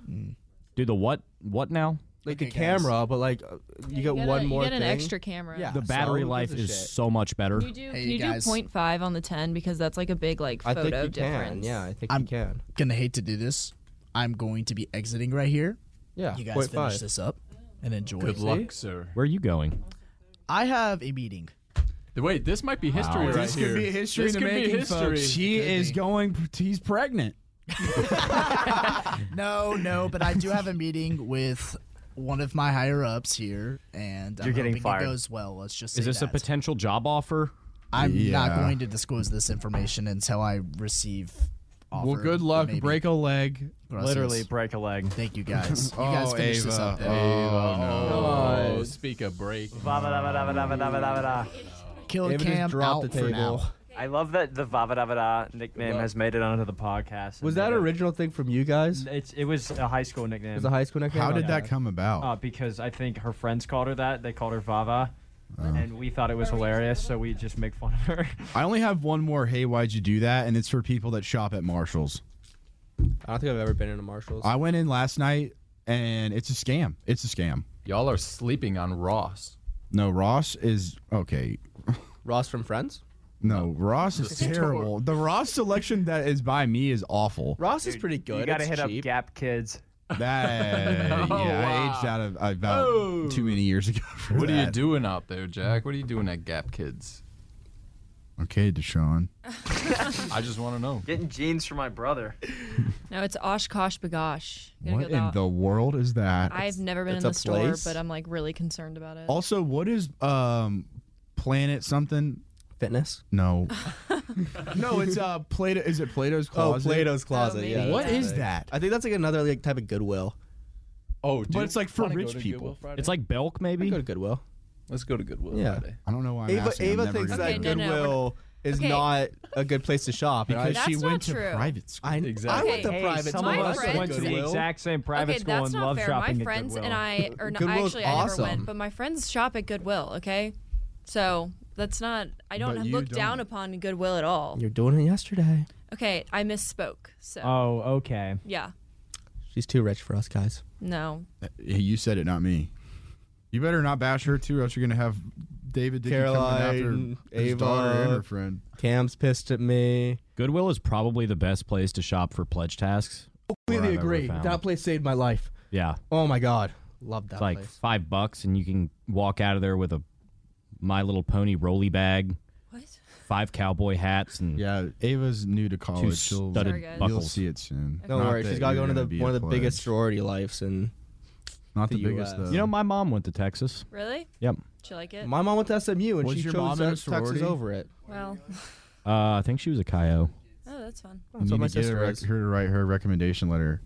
[SPEAKER 2] Do the what? What now?
[SPEAKER 7] Like the
[SPEAKER 8] Okay, guys.
[SPEAKER 7] camera, but like uh, you get
[SPEAKER 8] get a-
[SPEAKER 7] one
[SPEAKER 8] you
[SPEAKER 7] more.
[SPEAKER 8] get an
[SPEAKER 7] thing.
[SPEAKER 8] extra camera.
[SPEAKER 7] Yeah,
[SPEAKER 2] The battery
[SPEAKER 7] so who
[SPEAKER 2] life
[SPEAKER 7] gives a
[SPEAKER 2] is
[SPEAKER 7] shit?
[SPEAKER 2] so much better.
[SPEAKER 8] Can you do, can
[SPEAKER 6] Hey, you
[SPEAKER 8] you
[SPEAKER 6] guys.
[SPEAKER 8] do 0.5 on the 10 because that's like a big like photo difference.
[SPEAKER 7] think
[SPEAKER 6] I'm
[SPEAKER 7] can.
[SPEAKER 6] Gonna hate to do this. I'm going to be exiting right here.
[SPEAKER 7] Yeah,
[SPEAKER 6] You guys
[SPEAKER 7] point
[SPEAKER 6] finish
[SPEAKER 7] five.
[SPEAKER 6] this up and enjoy.
[SPEAKER 5] Good
[SPEAKER 6] it.
[SPEAKER 5] luck, sir.
[SPEAKER 2] Where are you going?
[SPEAKER 6] I have a meeting.
[SPEAKER 5] Wait, this might be history
[SPEAKER 10] Wow.
[SPEAKER 5] right
[SPEAKER 10] This
[SPEAKER 5] here.
[SPEAKER 10] could be history
[SPEAKER 5] This
[SPEAKER 10] in the
[SPEAKER 5] could
[SPEAKER 10] making,
[SPEAKER 5] be history.
[SPEAKER 10] folks. She is going. He's pregnant.
[SPEAKER 6] No, no, but I do have a meeting with one of my higher ups here, and I'm
[SPEAKER 2] You're getting
[SPEAKER 6] hoping
[SPEAKER 2] fired.
[SPEAKER 6] It goes well. Let's just. Say
[SPEAKER 2] Is this a
[SPEAKER 6] that.
[SPEAKER 2] potential job offer?
[SPEAKER 6] I'm not going to disclose this information until I receive. Offer,
[SPEAKER 10] Well, good luck.
[SPEAKER 6] maybe.
[SPEAKER 10] Break a leg.
[SPEAKER 6] Gracias.
[SPEAKER 12] Literally break a leg.
[SPEAKER 6] Thank you guys. You guys
[SPEAKER 10] Oh,
[SPEAKER 6] finish this
[SPEAKER 10] Ava.
[SPEAKER 6] up.
[SPEAKER 10] Ava, no.
[SPEAKER 5] Oh, speak of break.
[SPEAKER 12] Va-va-da-va-da-va-da-va-da-va-da.
[SPEAKER 6] Kill
[SPEAKER 7] David just Cam dropped out the for table. now.
[SPEAKER 12] I love that the Vavadavada nickname
[SPEAKER 7] Love-
[SPEAKER 12] has made it onto the podcast.
[SPEAKER 7] Was that original thing from you guys?
[SPEAKER 12] It's it was a high school nickname. It
[SPEAKER 7] was a high school nickname? Oh, How did that
[SPEAKER 10] come about?
[SPEAKER 12] Uh, because I think her friends called her that. They called her Vava, and we thought it was hilarious, so we just make fun of her.
[SPEAKER 10] Oh. I only have one more. Hey, why'd you do that? And it's for people that shop at Marshalls.
[SPEAKER 7] I don't think I've ever been in a Marshalls.
[SPEAKER 10] I went in last night, and it's a scam. It's a scam.
[SPEAKER 5] Y'all are sleeping on Ross.
[SPEAKER 10] No, Ross is okay.
[SPEAKER 7] Ross from Friends.
[SPEAKER 10] No, Ross is
[SPEAKER 7] store.
[SPEAKER 10] terrible. The Ross selection that is by me is awful.
[SPEAKER 7] Ross is pretty good.
[SPEAKER 12] you gotta
[SPEAKER 7] It's
[SPEAKER 12] hit
[SPEAKER 7] cheap.
[SPEAKER 12] up Gap Kids.
[SPEAKER 10] That yeah,
[SPEAKER 5] Oh,
[SPEAKER 10] I aged out of about
[SPEAKER 5] Oh.
[SPEAKER 10] Uh, too many years ago. For
[SPEAKER 5] What are you
[SPEAKER 10] that.
[SPEAKER 5] doing out there, Jack? What are you doing at Gap Kids?
[SPEAKER 10] Okay, Deshaun.
[SPEAKER 5] I just want to know.
[SPEAKER 12] Getting jeans for my brother.
[SPEAKER 8] No, it's Oshkosh Bagosh. You gotta
[SPEAKER 10] What
[SPEAKER 8] go
[SPEAKER 10] in
[SPEAKER 8] that-
[SPEAKER 10] the world is that?
[SPEAKER 8] I've never been
[SPEAKER 10] it's
[SPEAKER 8] in the
[SPEAKER 10] a
[SPEAKER 8] store,
[SPEAKER 10] place?
[SPEAKER 8] but I'm like really concerned about it.
[SPEAKER 10] Also, what is um Planet something?
[SPEAKER 7] Fitness?
[SPEAKER 10] No. no, it's uh Plato. Is it Plato's
[SPEAKER 7] Oh,
[SPEAKER 10] Closet?
[SPEAKER 7] Plato's Closet. yeah. that's
[SPEAKER 10] What
[SPEAKER 7] the
[SPEAKER 10] is
[SPEAKER 7] thing.
[SPEAKER 10] that?
[SPEAKER 7] I think that's like another like type of Goodwill.
[SPEAKER 5] Oh,
[SPEAKER 10] But it's like for rich people.
[SPEAKER 2] It's like Belk, maybe.
[SPEAKER 7] go to Goodwill.
[SPEAKER 5] Let's go to Goodwill
[SPEAKER 7] Yeah.
[SPEAKER 5] Friday.
[SPEAKER 10] I don't know why I'm
[SPEAKER 7] Ava,
[SPEAKER 10] asking. I'm
[SPEAKER 7] Ava
[SPEAKER 10] never
[SPEAKER 7] thinks
[SPEAKER 10] gonna
[SPEAKER 7] that
[SPEAKER 8] Okay, no,
[SPEAKER 7] Goodwill
[SPEAKER 8] no, we're
[SPEAKER 7] is
[SPEAKER 8] okay.
[SPEAKER 7] not a good place to shop. and I-
[SPEAKER 10] because she
[SPEAKER 8] That's
[SPEAKER 10] went
[SPEAKER 8] not
[SPEAKER 10] to
[SPEAKER 8] true.
[SPEAKER 10] private school.
[SPEAKER 7] I, I went to
[SPEAKER 12] Hey,
[SPEAKER 7] private
[SPEAKER 12] some
[SPEAKER 7] school.
[SPEAKER 8] of
[SPEAKER 7] I
[SPEAKER 8] us
[SPEAKER 7] said
[SPEAKER 8] went to the
[SPEAKER 7] Goodwill.
[SPEAKER 12] exact same private
[SPEAKER 8] okay,
[SPEAKER 12] school
[SPEAKER 8] that's
[SPEAKER 12] and
[SPEAKER 8] not
[SPEAKER 12] love
[SPEAKER 8] fair.
[SPEAKER 12] shopping
[SPEAKER 8] my
[SPEAKER 12] at
[SPEAKER 8] friends and
[SPEAKER 12] Goodwill.
[SPEAKER 8] I, or not,
[SPEAKER 7] Goodwill's
[SPEAKER 8] actually, I never
[SPEAKER 7] awesome.
[SPEAKER 8] went, but my friends shop at Goodwill. Okay, so that's not. I don't
[SPEAKER 7] But you
[SPEAKER 8] look down
[SPEAKER 7] don't.
[SPEAKER 8] upon Goodwill at all.
[SPEAKER 7] You're doing it yesterday.
[SPEAKER 8] Okay, I misspoke. So
[SPEAKER 2] Uh,
[SPEAKER 12] Oh, okay.
[SPEAKER 8] yeah,
[SPEAKER 7] She's too rich for us guys.
[SPEAKER 8] no,
[SPEAKER 10] Hey, You said it, not me. You better not bash her too, or else you're gonna have David Dickey coming
[SPEAKER 7] Caroline,
[SPEAKER 10] after his daughter and
[SPEAKER 7] Ava.
[SPEAKER 10] her friend.
[SPEAKER 7] Cam's pissed at me.
[SPEAKER 2] Goodwill is probably the best place to shop for pledge tasks.
[SPEAKER 7] Completely
[SPEAKER 2] I've ever
[SPEAKER 7] agree.
[SPEAKER 2] found.
[SPEAKER 7] That place saved my life.
[SPEAKER 2] Yeah,
[SPEAKER 7] Oh my god, love that
[SPEAKER 2] it's like
[SPEAKER 7] place.
[SPEAKER 2] five bucks, and you can walk out of there with a My Little Pony rolly bag,
[SPEAKER 8] what?
[SPEAKER 2] five cowboy hats, and
[SPEAKER 10] Yeah, Ava's new to college. She'll,
[SPEAKER 2] studded
[SPEAKER 8] Sorry, guys.
[SPEAKER 10] you'll
[SPEAKER 2] buckles.
[SPEAKER 10] see it soon.
[SPEAKER 7] Don't
[SPEAKER 10] Not
[SPEAKER 7] worry,
[SPEAKER 10] that
[SPEAKER 7] she's got to
[SPEAKER 10] you're
[SPEAKER 7] go to
[SPEAKER 10] gonna
[SPEAKER 7] the
[SPEAKER 10] be
[SPEAKER 7] one
[SPEAKER 10] a
[SPEAKER 7] of the biggest
[SPEAKER 10] pledge.
[SPEAKER 7] sorority life, and
[SPEAKER 10] Not the,
[SPEAKER 7] the
[SPEAKER 10] biggest
[SPEAKER 7] US.
[SPEAKER 10] though.
[SPEAKER 2] You know, my mom went to Texas.
[SPEAKER 8] Really?
[SPEAKER 2] Yep.
[SPEAKER 8] Did you like it?
[SPEAKER 7] my mom went to SMU, and
[SPEAKER 10] Was
[SPEAKER 7] she
[SPEAKER 10] your mom
[SPEAKER 7] chose
[SPEAKER 10] in a
[SPEAKER 7] Texas
[SPEAKER 10] sorority?
[SPEAKER 7] over it.
[SPEAKER 8] Well,
[SPEAKER 2] Uh, I think she was a Kyo.
[SPEAKER 8] oh, that's fun.
[SPEAKER 10] You
[SPEAKER 7] what
[SPEAKER 10] need
[SPEAKER 7] my
[SPEAKER 10] to get her,
[SPEAKER 7] sister
[SPEAKER 10] rec-
[SPEAKER 7] is.
[SPEAKER 10] her to write her recommendation letter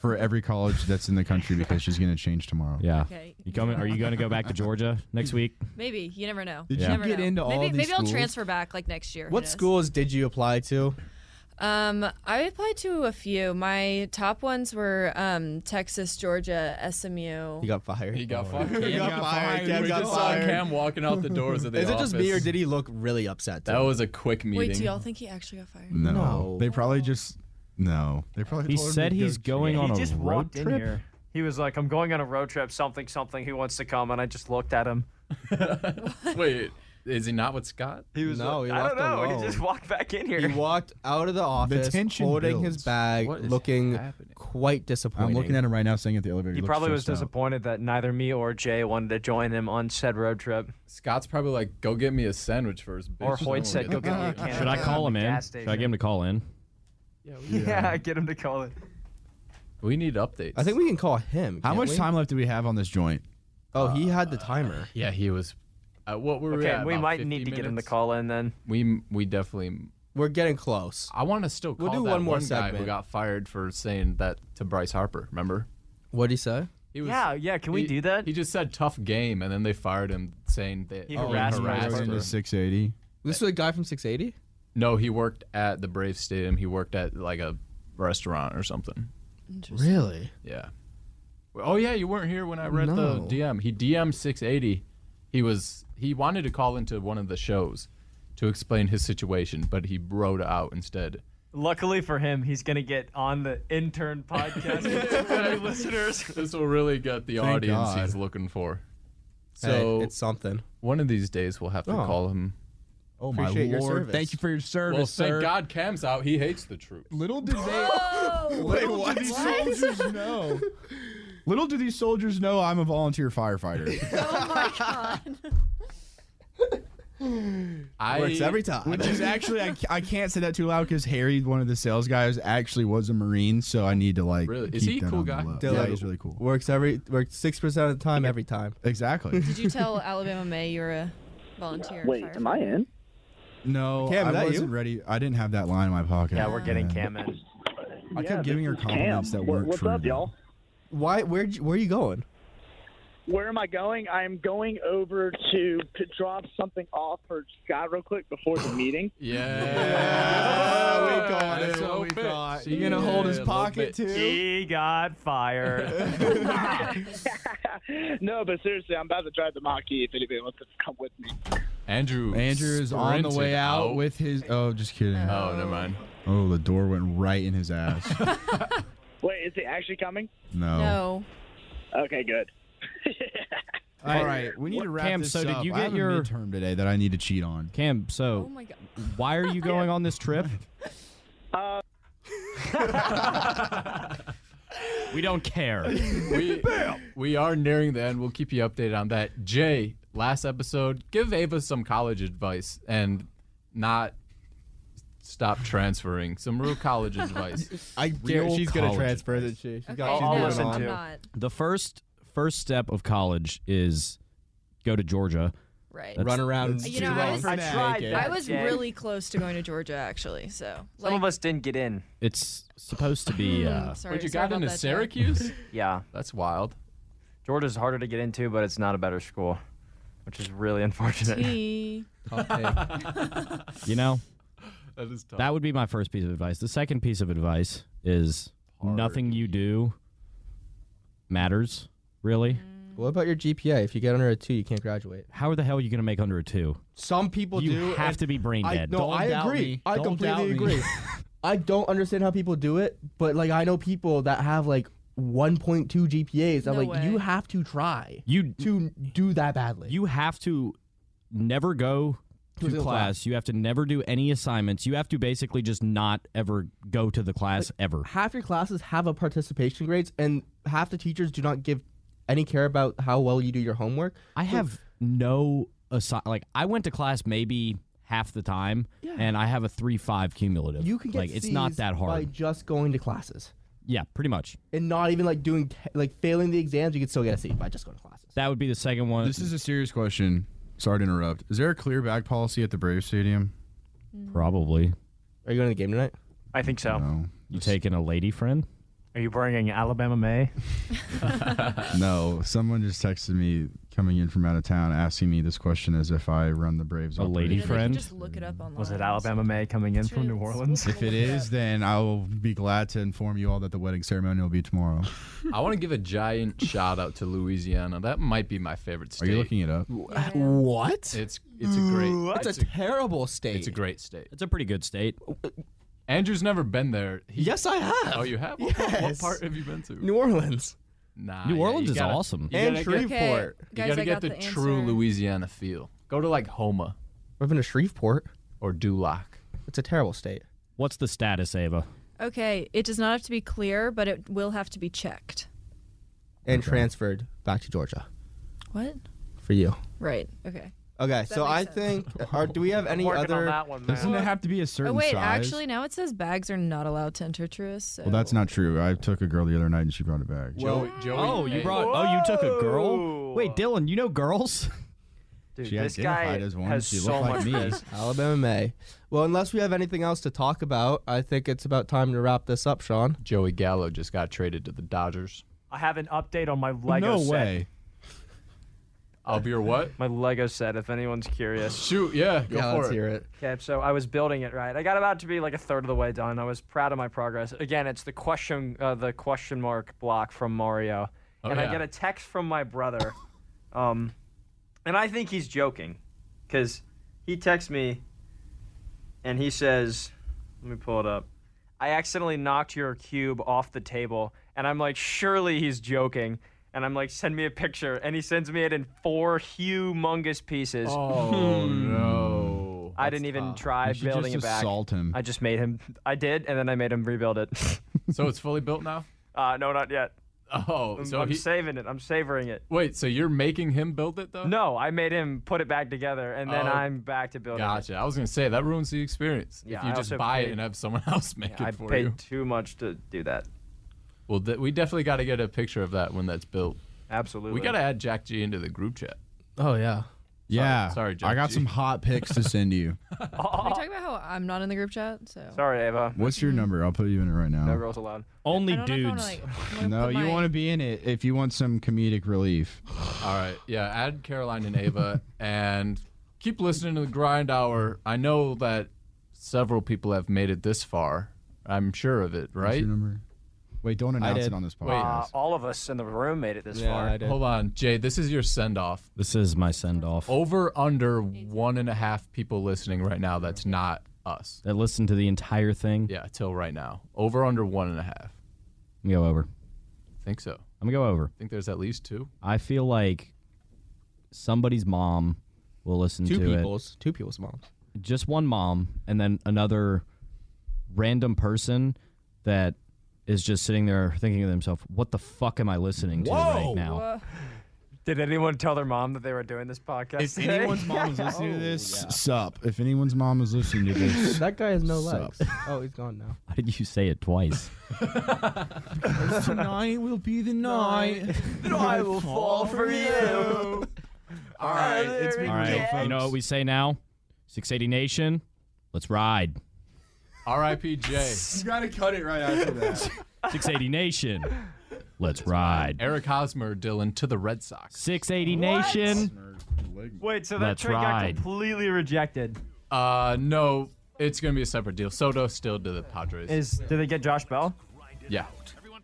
[SPEAKER 10] for every college that's in the country because she's going to change tomorrow.
[SPEAKER 2] Yeah.
[SPEAKER 8] Okay.
[SPEAKER 2] You coming? Are you going to go back to Georgia next week?
[SPEAKER 8] Maybe you never know.
[SPEAKER 10] Did
[SPEAKER 8] You
[SPEAKER 10] you
[SPEAKER 8] never
[SPEAKER 10] get
[SPEAKER 8] know.
[SPEAKER 10] into all
[SPEAKER 8] maybe,
[SPEAKER 10] these
[SPEAKER 8] Maybe
[SPEAKER 10] schools?
[SPEAKER 8] I'll transfer back like next year. Who
[SPEAKER 7] What
[SPEAKER 8] knows?
[SPEAKER 7] schools did you apply to?
[SPEAKER 8] Um, I applied to a few. My top ones were um, Texas, Georgia, SMU.
[SPEAKER 7] You got fired.
[SPEAKER 5] He
[SPEAKER 12] Oh,
[SPEAKER 5] got fired.
[SPEAKER 7] He got fired. Cam
[SPEAKER 5] we
[SPEAKER 7] got
[SPEAKER 5] just
[SPEAKER 7] fired.
[SPEAKER 5] saw Cam walking out the doors of the
[SPEAKER 7] Is it just me, or
[SPEAKER 5] office.
[SPEAKER 7] did he look really upset?
[SPEAKER 5] That was a quick meeting.
[SPEAKER 8] Wait, do y'all think he actually got fired?
[SPEAKER 10] No.
[SPEAKER 7] No.
[SPEAKER 10] They probably just no. They probably
[SPEAKER 2] He
[SPEAKER 10] told her
[SPEAKER 2] said
[SPEAKER 10] to
[SPEAKER 2] he's
[SPEAKER 10] go
[SPEAKER 2] going
[SPEAKER 10] cheat.
[SPEAKER 2] on
[SPEAKER 12] he
[SPEAKER 2] a
[SPEAKER 12] just
[SPEAKER 2] road
[SPEAKER 12] walked in
[SPEAKER 2] trip.
[SPEAKER 12] here. He was like, "I'm going on a road trip. Something, something. Who wants to come?" And I just looked at him.
[SPEAKER 5] Wait, is he not with Scott?
[SPEAKER 7] He was No, with- he
[SPEAKER 14] I
[SPEAKER 7] left
[SPEAKER 14] don't know.
[SPEAKER 7] alone.
[SPEAKER 14] He just walked back in here.
[SPEAKER 7] He walked out of the office
[SPEAKER 10] tension
[SPEAKER 7] holding his
[SPEAKER 10] builds.
[SPEAKER 7] bag,
[SPEAKER 10] What is
[SPEAKER 7] looking quite disappointed.
[SPEAKER 10] I'm looking at him right now, sitting at the elevator.
[SPEAKER 7] He
[SPEAKER 10] He,
[SPEAKER 12] He
[SPEAKER 10] looks
[SPEAKER 12] probably was
[SPEAKER 10] stressed out.
[SPEAKER 12] disappointed that neither me or Jay wanted to join him on said road trip.
[SPEAKER 5] Scott's probably like, go get me a sandwich first. Bitch.
[SPEAKER 12] Or Hoyt said, go get me a can
[SPEAKER 2] Should I call him in? Should I get him to call in?
[SPEAKER 12] Yeah, get him to call it.
[SPEAKER 5] We need updates.
[SPEAKER 7] I think we can call him.
[SPEAKER 10] How
[SPEAKER 7] can't
[SPEAKER 10] much
[SPEAKER 7] we?
[SPEAKER 10] time left do we have on this joint?
[SPEAKER 7] Oh, he had the timer.
[SPEAKER 5] Yeah, he was. Uh, what were we
[SPEAKER 12] Okay,
[SPEAKER 5] at?
[SPEAKER 12] we
[SPEAKER 5] about
[SPEAKER 12] might
[SPEAKER 5] 50
[SPEAKER 12] need to get him to
[SPEAKER 5] minutes?
[SPEAKER 12] call in then.
[SPEAKER 5] We we definitely.
[SPEAKER 7] We're getting close.
[SPEAKER 5] I want to still call
[SPEAKER 7] We'll do
[SPEAKER 5] that
[SPEAKER 7] one more
[SPEAKER 5] guy who
[SPEAKER 7] segment.
[SPEAKER 5] got fired for saying that to Bryce Harper. Remember?
[SPEAKER 7] What did he say?
[SPEAKER 5] He was,
[SPEAKER 12] Yeah, yeah, can we
[SPEAKER 5] he-
[SPEAKER 12] do that?
[SPEAKER 5] He just said tough game, and then they fired him saying that
[SPEAKER 12] He harassed Bryce
[SPEAKER 5] harassed
[SPEAKER 12] Harper.
[SPEAKER 5] him.
[SPEAKER 10] 680.
[SPEAKER 7] This was a guy from 680.
[SPEAKER 5] No, he worked at the Brave Stadium. He worked at like a restaurant or something.
[SPEAKER 7] Really?
[SPEAKER 5] Yeah. Oh yeah, you weren't here when I read
[SPEAKER 7] No.
[SPEAKER 5] the DM. He DM 680. He was he wanted to call into one of the shows to explain his situation, but he wrote out instead.
[SPEAKER 12] Luckily for him, he's gonna get on the intern podcast. with so many listeners.
[SPEAKER 5] This will really get the
[SPEAKER 7] Thank
[SPEAKER 5] audience
[SPEAKER 7] God.
[SPEAKER 5] he's looking for.
[SPEAKER 7] Hey,
[SPEAKER 5] So
[SPEAKER 7] it's something.
[SPEAKER 5] One of these days we'll have to
[SPEAKER 7] Oh.
[SPEAKER 5] call him.
[SPEAKER 10] Oh my
[SPEAKER 7] Appreciate your
[SPEAKER 10] lord!
[SPEAKER 7] service.
[SPEAKER 10] Thank you for your service,
[SPEAKER 5] well,
[SPEAKER 10] sir.
[SPEAKER 5] thank God Cam's out. He hates the truth.
[SPEAKER 10] Little did they. little did these soldiers know. Little do these soldiers know I'm a volunteer firefighter.
[SPEAKER 5] I
[SPEAKER 7] Works every time.
[SPEAKER 10] Which is actually I, I can't say that too loud because Harry, one of the sales guys, actually was a Marine, so I need to like.
[SPEAKER 5] Really?
[SPEAKER 10] keep
[SPEAKER 5] Is he a
[SPEAKER 10] that
[SPEAKER 5] cool
[SPEAKER 10] on the
[SPEAKER 5] guy?
[SPEAKER 10] low.
[SPEAKER 7] Dylan
[SPEAKER 10] Yeah, he's really cool.
[SPEAKER 7] Works every works six percent of the time every time.
[SPEAKER 10] Exactly.
[SPEAKER 8] Did you tell Alabama May you're a volunteer?
[SPEAKER 14] Wait, am I in?
[SPEAKER 10] No,
[SPEAKER 7] Cam,
[SPEAKER 10] I
[SPEAKER 7] is that you?
[SPEAKER 10] wasn't ready. I didn't have that line in my pocket.
[SPEAKER 12] Yeah, we're getting
[SPEAKER 10] Uh,
[SPEAKER 12] Cam in.
[SPEAKER 10] I kept giving her compliments that
[SPEAKER 14] What-
[SPEAKER 10] weren't
[SPEAKER 14] what's
[SPEAKER 10] true.
[SPEAKER 14] up,
[SPEAKER 10] though.
[SPEAKER 14] y'all?
[SPEAKER 7] Why? Where? Where are you going?
[SPEAKER 14] Where am I going? I'm going over to, to drop something off for Scott real quick before the meeting.
[SPEAKER 5] Yeah,
[SPEAKER 7] we caught
[SPEAKER 5] That's
[SPEAKER 7] it.
[SPEAKER 5] what
[SPEAKER 7] We caught.
[SPEAKER 5] See
[SPEAKER 7] You gonna
[SPEAKER 5] ya,
[SPEAKER 7] hold his
[SPEAKER 5] little
[SPEAKER 7] pocket,
[SPEAKER 5] bit.
[SPEAKER 12] He got fired.
[SPEAKER 14] no, but seriously, I'm about to drive the Maquis if anybody wants to come with me.
[SPEAKER 5] Andrew.
[SPEAKER 10] Andrew is on the way
[SPEAKER 5] sprinted
[SPEAKER 10] out, with his. Oh, just kidding.
[SPEAKER 5] Oh, never mind.
[SPEAKER 10] Oh, the door went right in his ass.
[SPEAKER 14] Wait, is he actually coming?
[SPEAKER 10] No.
[SPEAKER 14] Okay, good.
[SPEAKER 10] All right, we need to wrap
[SPEAKER 2] Cam,
[SPEAKER 10] this
[SPEAKER 2] so did
[SPEAKER 10] up.
[SPEAKER 2] you
[SPEAKER 10] I
[SPEAKER 2] get
[SPEAKER 10] have
[SPEAKER 2] your-
[SPEAKER 10] a midterm today that I need to cheat on?
[SPEAKER 2] Cam,
[SPEAKER 8] Oh
[SPEAKER 2] so why are you going on this trip?
[SPEAKER 14] Uh,
[SPEAKER 2] We don't care.
[SPEAKER 5] we, we are nearing the end. We'll keep you updated on that. Jay, last episode, give Ava some college advice and not stop transferring. Some real college advice.
[SPEAKER 7] I
[SPEAKER 5] Real
[SPEAKER 7] guarantee she's gonna
[SPEAKER 5] college
[SPEAKER 7] transfer, isn't she? She got- she's
[SPEAKER 12] I'll
[SPEAKER 7] got it
[SPEAKER 12] listen
[SPEAKER 7] on.
[SPEAKER 12] to.
[SPEAKER 2] The first first step of college is go to Georgia.
[SPEAKER 8] Right.
[SPEAKER 2] That's-
[SPEAKER 7] Run around.
[SPEAKER 8] You know, I was-
[SPEAKER 7] Connecticut.
[SPEAKER 12] I tried
[SPEAKER 8] I
[SPEAKER 12] that.
[SPEAKER 8] was
[SPEAKER 12] Yeah.
[SPEAKER 8] really close to going to Georgia actually. So
[SPEAKER 12] Some
[SPEAKER 8] like-
[SPEAKER 12] of us didn't get in.
[SPEAKER 2] It's supposed to be. Uh,
[SPEAKER 8] sorry,
[SPEAKER 5] What you
[SPEAKER 8] sorry
[SPEAKER 5] got
[SPEAKER 8] about
[SPEAKER 5] into
[SPEAKER 8] that, Jay.
[SPEAKER 5] Syracuse?
[SPEAKER 12] Yeah,
[SPEAKER 5] That's wild.
[SPEAKER 12] Georgia's harder to get into, but it's not a better school, which is really unfortunate.
[SPEAKER 8] He-
[SPEAKER 2] you know,
[SPEAKER 5] That is tough.
[SPEAKER 2] that would be my first piece of advice. The second piece of advice is nothing you do matters, really.
[SPEAKER 7] What about your GPA? If you get under a two, you can't graduate.
[SPEAKER 2] How the hell are you going to make under a two?
[SPEAKER 7] Some people
[SPEAKER 2] you
[SPEAKER 7] do.
[SPEAKER 2] have
[SPEAKER 7] and
[SPEAKER 2] to be brain
[SPEAKER 7] I,
[SPEAKER 2] dead.
[SPEAKER 7] No,
[SPEAKER 10] Don't
[SPEAKER 7] I
[SPEAKER 10] doubt
[SPEAKER 7] agree.
[SPEAKER 10] me.
[SPEAKER 7] I
[SPEAKER 10] Don't doubt
[SPEAKER 7] completely
[SPEAKER 10] me.
[SPEAKER 7] agree. I don't understand how people do it, but like I know people that have like 1.2 GPAs. I'm
[SPEAKER 8] No
[SPEAKER 7] like,
[SPEAKER 8] way.
[SPEAKER 7] you have to try
[SPEAKER 2] You
[SPEAKER 7] to do that badly.
[SPEAKER 2] you have to never go to class.
[SPEAKER 7] single
[SPEAKER 2] You have to never do any assignments. You have to basically just not ever go to the class ever.
[SPEAKER 7] half your classes have a participation grades, and half the teachers do not give any care about how well you do your homework.
[SPEAKER 2] I have no assi- like I went to class maybe half the time and I have a 3-5 cumulative.
[SPEAKER 7] You can get
[SPEAKER 2] like it's not
[SPEAKER 7] Cs
[SPEAKER 2] that hard.
[SPEAKER 7] by just going to classes
[SPEAKER 2] yeah, pretty much.
[SPEAKER 7] and not even like doing te- like failing the exams. You can still get a C by just going to classes.
[SPEAKER 2] That would be the second one.
[SPEAKER 10] This is a serious question. Sorry to interrupt. Is there a clear bag policy at the Brave Stadium?
[SPEAKER 2] probably
[SPEAKER 7] Are you going to the game tonight?
[SPEAKER 12] I think so.
[SPEAKER 10] No.
[SPEAKER 2] you taking a lady friend?
[SPEAKER 12] Are you bringing Alabama May?
[SPEAKER 10] No. Someone just texted me coming in from out of town asking me this question as if I run the Braves.
[SPEAKER 2] A lady
[SPEAKER 8] You know, they can
[SPEAKER 2] friend?
[SPEAKER 8] just look it up online.
[SPEAKER 12] Was it Alabama May coming in from New Orleans?
[SPEAKER 10] If it is, then I will be glad to inform you all that the wedding ceremony will be tomorrow.
[SPEAKER 5] I want to give a giant shout out to Louisiana. That might be my favorite
[SPEAKER 10] Are
[SPEAKER 5] state.
[SPEAKER 10] you looking it up?
[SPEAKER 7] What?
[SPEAKER 5] It's it's a great
[SPEAKER 7] That's
[SPEAKER 5] it's
[SPEAKER 7] a terrible state.
[SPEAKER 5] it's a great state.
[SPEAKER 2] It's a pretty good state.
[SPEAKER 5] Andrew's never been there. He,
[SPEAKER 7] Yes, I have.
[SPEAKER 5] Oh, you have. What- What
[SPEAKER 7] Yes.
[SPEAKER 5] part have you been to?
[SPEAKER 7] New Orleans.
[SPEAKER 5] Nah,
[SPEAKER 2] New
[SPEAKER 5] yeah,
[SPEAKER 2] Orleans
[SPEAKER 5] you
[SPEAKER 2] is
[SPEAKER 5] gotta-
[SPEAKER 2] awesome.
[SPEAKER 5] you
[SPEAKER 7] And
[SPEAKER 5] gotta get-
[SPEAKER 7] Shreveport. Okay,
[SPEAKER 5] you
[SPEAKER 7] guys,
[SPEAKER 5] gotta
[SPEAKER 7] I
[SPEAKER 5] get
[SPEAKER 7] got
[SPEAKER 5] the,
[SPEAKER 7] the
[SPEAKER 5] true
[SPEAKER 7] answer.
[SPEAKER 5] Louisiana feel. Go to like Homa.
[SPEAKER 7] We've been to Shreveport
[SPEAKER 5] or Duloc.
[SPEAKER 7] It's a terrible state.
[SPEAKER 2] What's the status, Ava?
[SPEAKER 8] Okay, it does not have to be clear, but it will have to be checked.
[SPEAKER 7] and transferred back to Georgia
[SPEAKER 8] What?
[SPEAKER 7] for you.
[SPEAKER 8] Right. Okay.
[SPEAKER 7] Okay,
[SPEAKER 8] That
[SPEAKER 7] so
[SPEAKER 8] makes
[SPEAKER 7] I
[SPEAKER 8] sense.
[SPEAKER 7] think. Or do we have any
[SPEAKER 12] working on
[SPEAKER 7] other?
[SPEAKER 12] that one, Doesn't man. it have
[SPEAKER 10] to be a certain
[SPEAKER 8] oh wait,
[SPEAKER 10] size?
[SPEAKER 8] actually, now it says bags are not allowed to enter tourists. So.
[SPEAKER 10] Well, that's not true. I took a girl the other night and she brought it back.
[SPEAKER 5] Joey, Joey,
[SPEAKER 2] Oh, you
[SPEAKER 5] hey.
[SPEAKER 2] brought. Oh, you took a girl. Wait, Dylan, you know girls?
[SPEAKER 12] Dude,
[SPEAKER 10] She this identified guy as one. has She looked so like much me. res-
[SPEAKER 7] Alabama May. Well, unless we have anything else to talk about, I think it's about time to wrap this up, Sean.
[SPEAKER 5] Joey Gallo just got traded to the Dodgers.
[SPEAKER 12] I have an update on my Lego set.
[SPEAKER 5] I'll be your what?
[SPEAKER 12] My Lego set, if anyone's curious.
[SPEAKER 5] Shoot, yeah, go
[SPEAKER 7] Yeah,
[SPEAKER 5] for
[SPEAKER 7] let's
[SPEAKER 5] it.
[SPEAKER 7] hear it.
[SPEAKER 12] Okay, so I was building it right. I got about to be like a third of the way done. I was proud of my progress. Again, it's the question, uh, the question mark block from Mario,
[SPEAKER 5] Oh,
[SPEAKER 12] and I
[SPEAKER 5] yeah.
[SPEAKER 12] get a text from my brother, um, and I think he's joking, because he texts me, and he says, "Let me pull it up." I accidentally knocked your cube off the table, and I'm like, surely he's joking. And I'm like, send me a picture, and he sends me it in four humongous pieces.
[SPEAKER 5] Oh no!
[SPEAKER 12] I didn't even try
[SPEAKER 10] You should
[SPEAKER 12] building
[SPEAKER 10] just
[SPEAKER 12] it back.
[SPEAKER 10] assault him.
[SPEAKER 12] I just made him. I did, and then I made him rebuild it.
[SPEAKER 5] So it's fully built now.
[SPEAKER 12] uh, no, not yet.
[SPEAKER 5] Oh,
[SPEAKER 12] I'm,
[SPEAKER 5] so
[SPEAKER 12] I'm
[SPEAKER 5] he,
[SPEAKER 12] saving it. I'm savoring it.
[SPEAKER 5] wait, so you're making him build it though?
[SPEAKER 12] No, I made him put it back together, and then
[SPEAKER 5] Oh.
[SPEAKER 12] I'm back to building.
[SPEAKER 5] Gotcha. I was gonna say that ruins the experience
[SPEAKER 12] Yeah,
[SPEAKER 5] if you
[SPEAKER 12] I
[SPEAKER 5] just
[SPEAKER 12] also
[SPEAKER 5] buy
[SPEAKER 12] paid-
[SPEAKER 5] it and have someone else
[SPEAKER 12] it.
[SPEAKER 5] make
[SPEAKER 12] I
[SPEAKER 5] it for
[SPEAKER 12] paid
[SPEAKER 5] you.
[SPEAKER 12] too much to do that.
[SPEAKER 5] Well, th- we definitely got to get a picture of that when that's built.
[SPEAKER 12] Absolutely.
[SPEAKER 5] We got to add Jack G into the group chat.
[SPEAKER 7] Oh yeah.
[SPEAKER 10] Yeah.
[SPEAKER 5] sorry, Jack
[SPEAKER 10] I got
[SPEAKER 5] G.
[SPEAKER 10] some hot pics to send you.
[SPEAKER 8] Are we talking about how I'm not in the group chat? So
[SPEAKER 12] Oh. Sorry, Ava.
[SPEAKER 10] What's your number? I'll put you in it right now.
[SPEAKER 12] No girls allowed.
[SPEAKER 2] Only
[SPEAKER 8] I don't know if I wanna,
[SPEAKER 2] dudes.
[SPEAKER 8] like, wanna
[SPEAKER 10] No,
[SPEAKER 8] put
[SPEAKER 10] you
[SPEAKER 8] my-
[SPEAKER 10] want to be in it if you want some comedic relief.
[SPEAKER 5] All right. Yeah. Add Caroline and Ava and keep listening to the grind hour. I know that several people have made it this far. I'm sure of it,
[SPEAKER 10] What's
[SPEAKER 5] right?
[SPEAKER 10] your number? Wait, don't announce
[SPEAKER 5] did.
[SPEAKER 10] it on this
[SPEAKER 5] Wait.
[SPEAKER 10] podcast.
[SPEAKER 12] Uh, all of us in the room made it this far.
[SPEAKER 5] Hold on, Jay. This is your send off.
[SPEAKER 2] This is my send off.
[SPEAKER 5] Over under one and a half people listening right now. That's not us.
[SPEAKER 2] That listened to the entire thing.
[SPEAKER 5] Yeah, till right now. Over under one and a half.
[SPEAKER 2] I'm gonna go over.
[SPEAKER 5] Think so.
[SPEAKER 2] I'm gonna go over.
[SPEAKER 5] think there's at least two.
[SPEAKER 2] I feel like somebody's mom will listen
[SPEAKER 7] Two
[SPEAKER 2] to it.
[SPEAKER 7] people's, two people's moms.
[SPEAKER 2] just one mom and then another random person that is just sitting there thinking to themselves, "What the fuck am I listening to right now?"
[SPEAKER 12] Did anyone tell their mom that they were doing this podcast?
[SPEAKER 10] If
[SPEAKER 12] today?
[SPEAKER 10] anyone's mom is listening to this, sup. If anyone's mom is listening to this,
[SPEAKER 7] That guy has no
[SPEAKER 10] Sup.
[SPEAKER 7] legs. Oh, he's gone now.
[SPEAKER 2] Why did you say it twice?
[SPEAKER 10] tonight will be the night.
[SPEAKER 12] I will fall for you.
[SPEAKER 5] All right, it's been
[SPEAKER 2] All right, you know what we say now? 680 Nation, let's ride.
[SPEAKER 5] R.I.P. Jay.
[SPEAKER 10] You gotta cut it right after that.
[SPEAKER 2] 680 Nation, let's ride.
[SPEAKER 5] Eric Hosmer, Dylan, to the Red Sox.
[SPEAKER 2] 680 Nation.
[SPEAKER 12] Wait, so that
[SPEAKER 2] Let's
[SPEAKER 12] trade
[SPEAKER 2] ride.
[SPEAKER 12] got completely rejected.
[SPEAKER 5] Uh, no, it's gonna be a separate deal. Soto still to the Padres.
[SPEAKER 12] Is did they get Josh Bell?
[SPEAKER 5] yeah,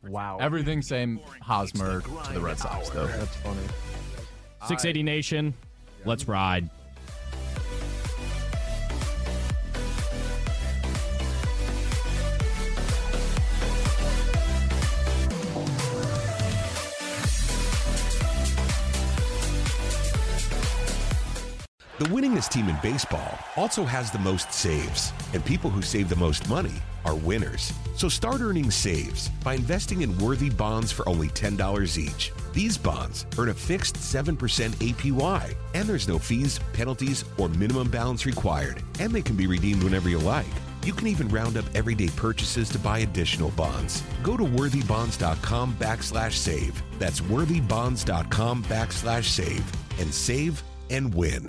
[SPEAKER 12] Wow.
[SPEAKER 5] everything same. Hosmer to the Red Sox though.
[SPEAKER 12] That's funny.
[SPEAKER 2] 680 Nation, let's ride.
[SPEAKER 15] The winningest team in baseball also has the most saves, and people who save the most money are winners. So start earning saves by investing in worthy bonds for only $10 each. These bonds earn a fixed 7% APY, and there's no fees, penalties, or minimum balance required, and they can be redeemed whenever you like. You can even round up everyday purchases to buy additional bonds. Go to worthybonds.com backslash save. That's worthybonds.com backslash save and save and win.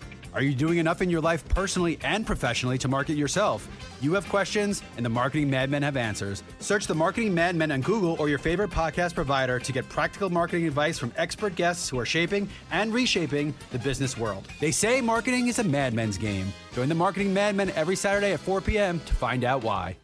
[SPEAKER 16] Are you doing enough in your life personally and professionally to market yourself? You have questions, and the Marketing Madmen have answers. Search the Marketing Madmen on Google or your favorite podcast provider to get practical marketing advice from expert guests who are shaping and reshaping the business world. They say marketing is a madman's game. Join the Marketing Madmen every Saturday at 4 p.m. to find out why.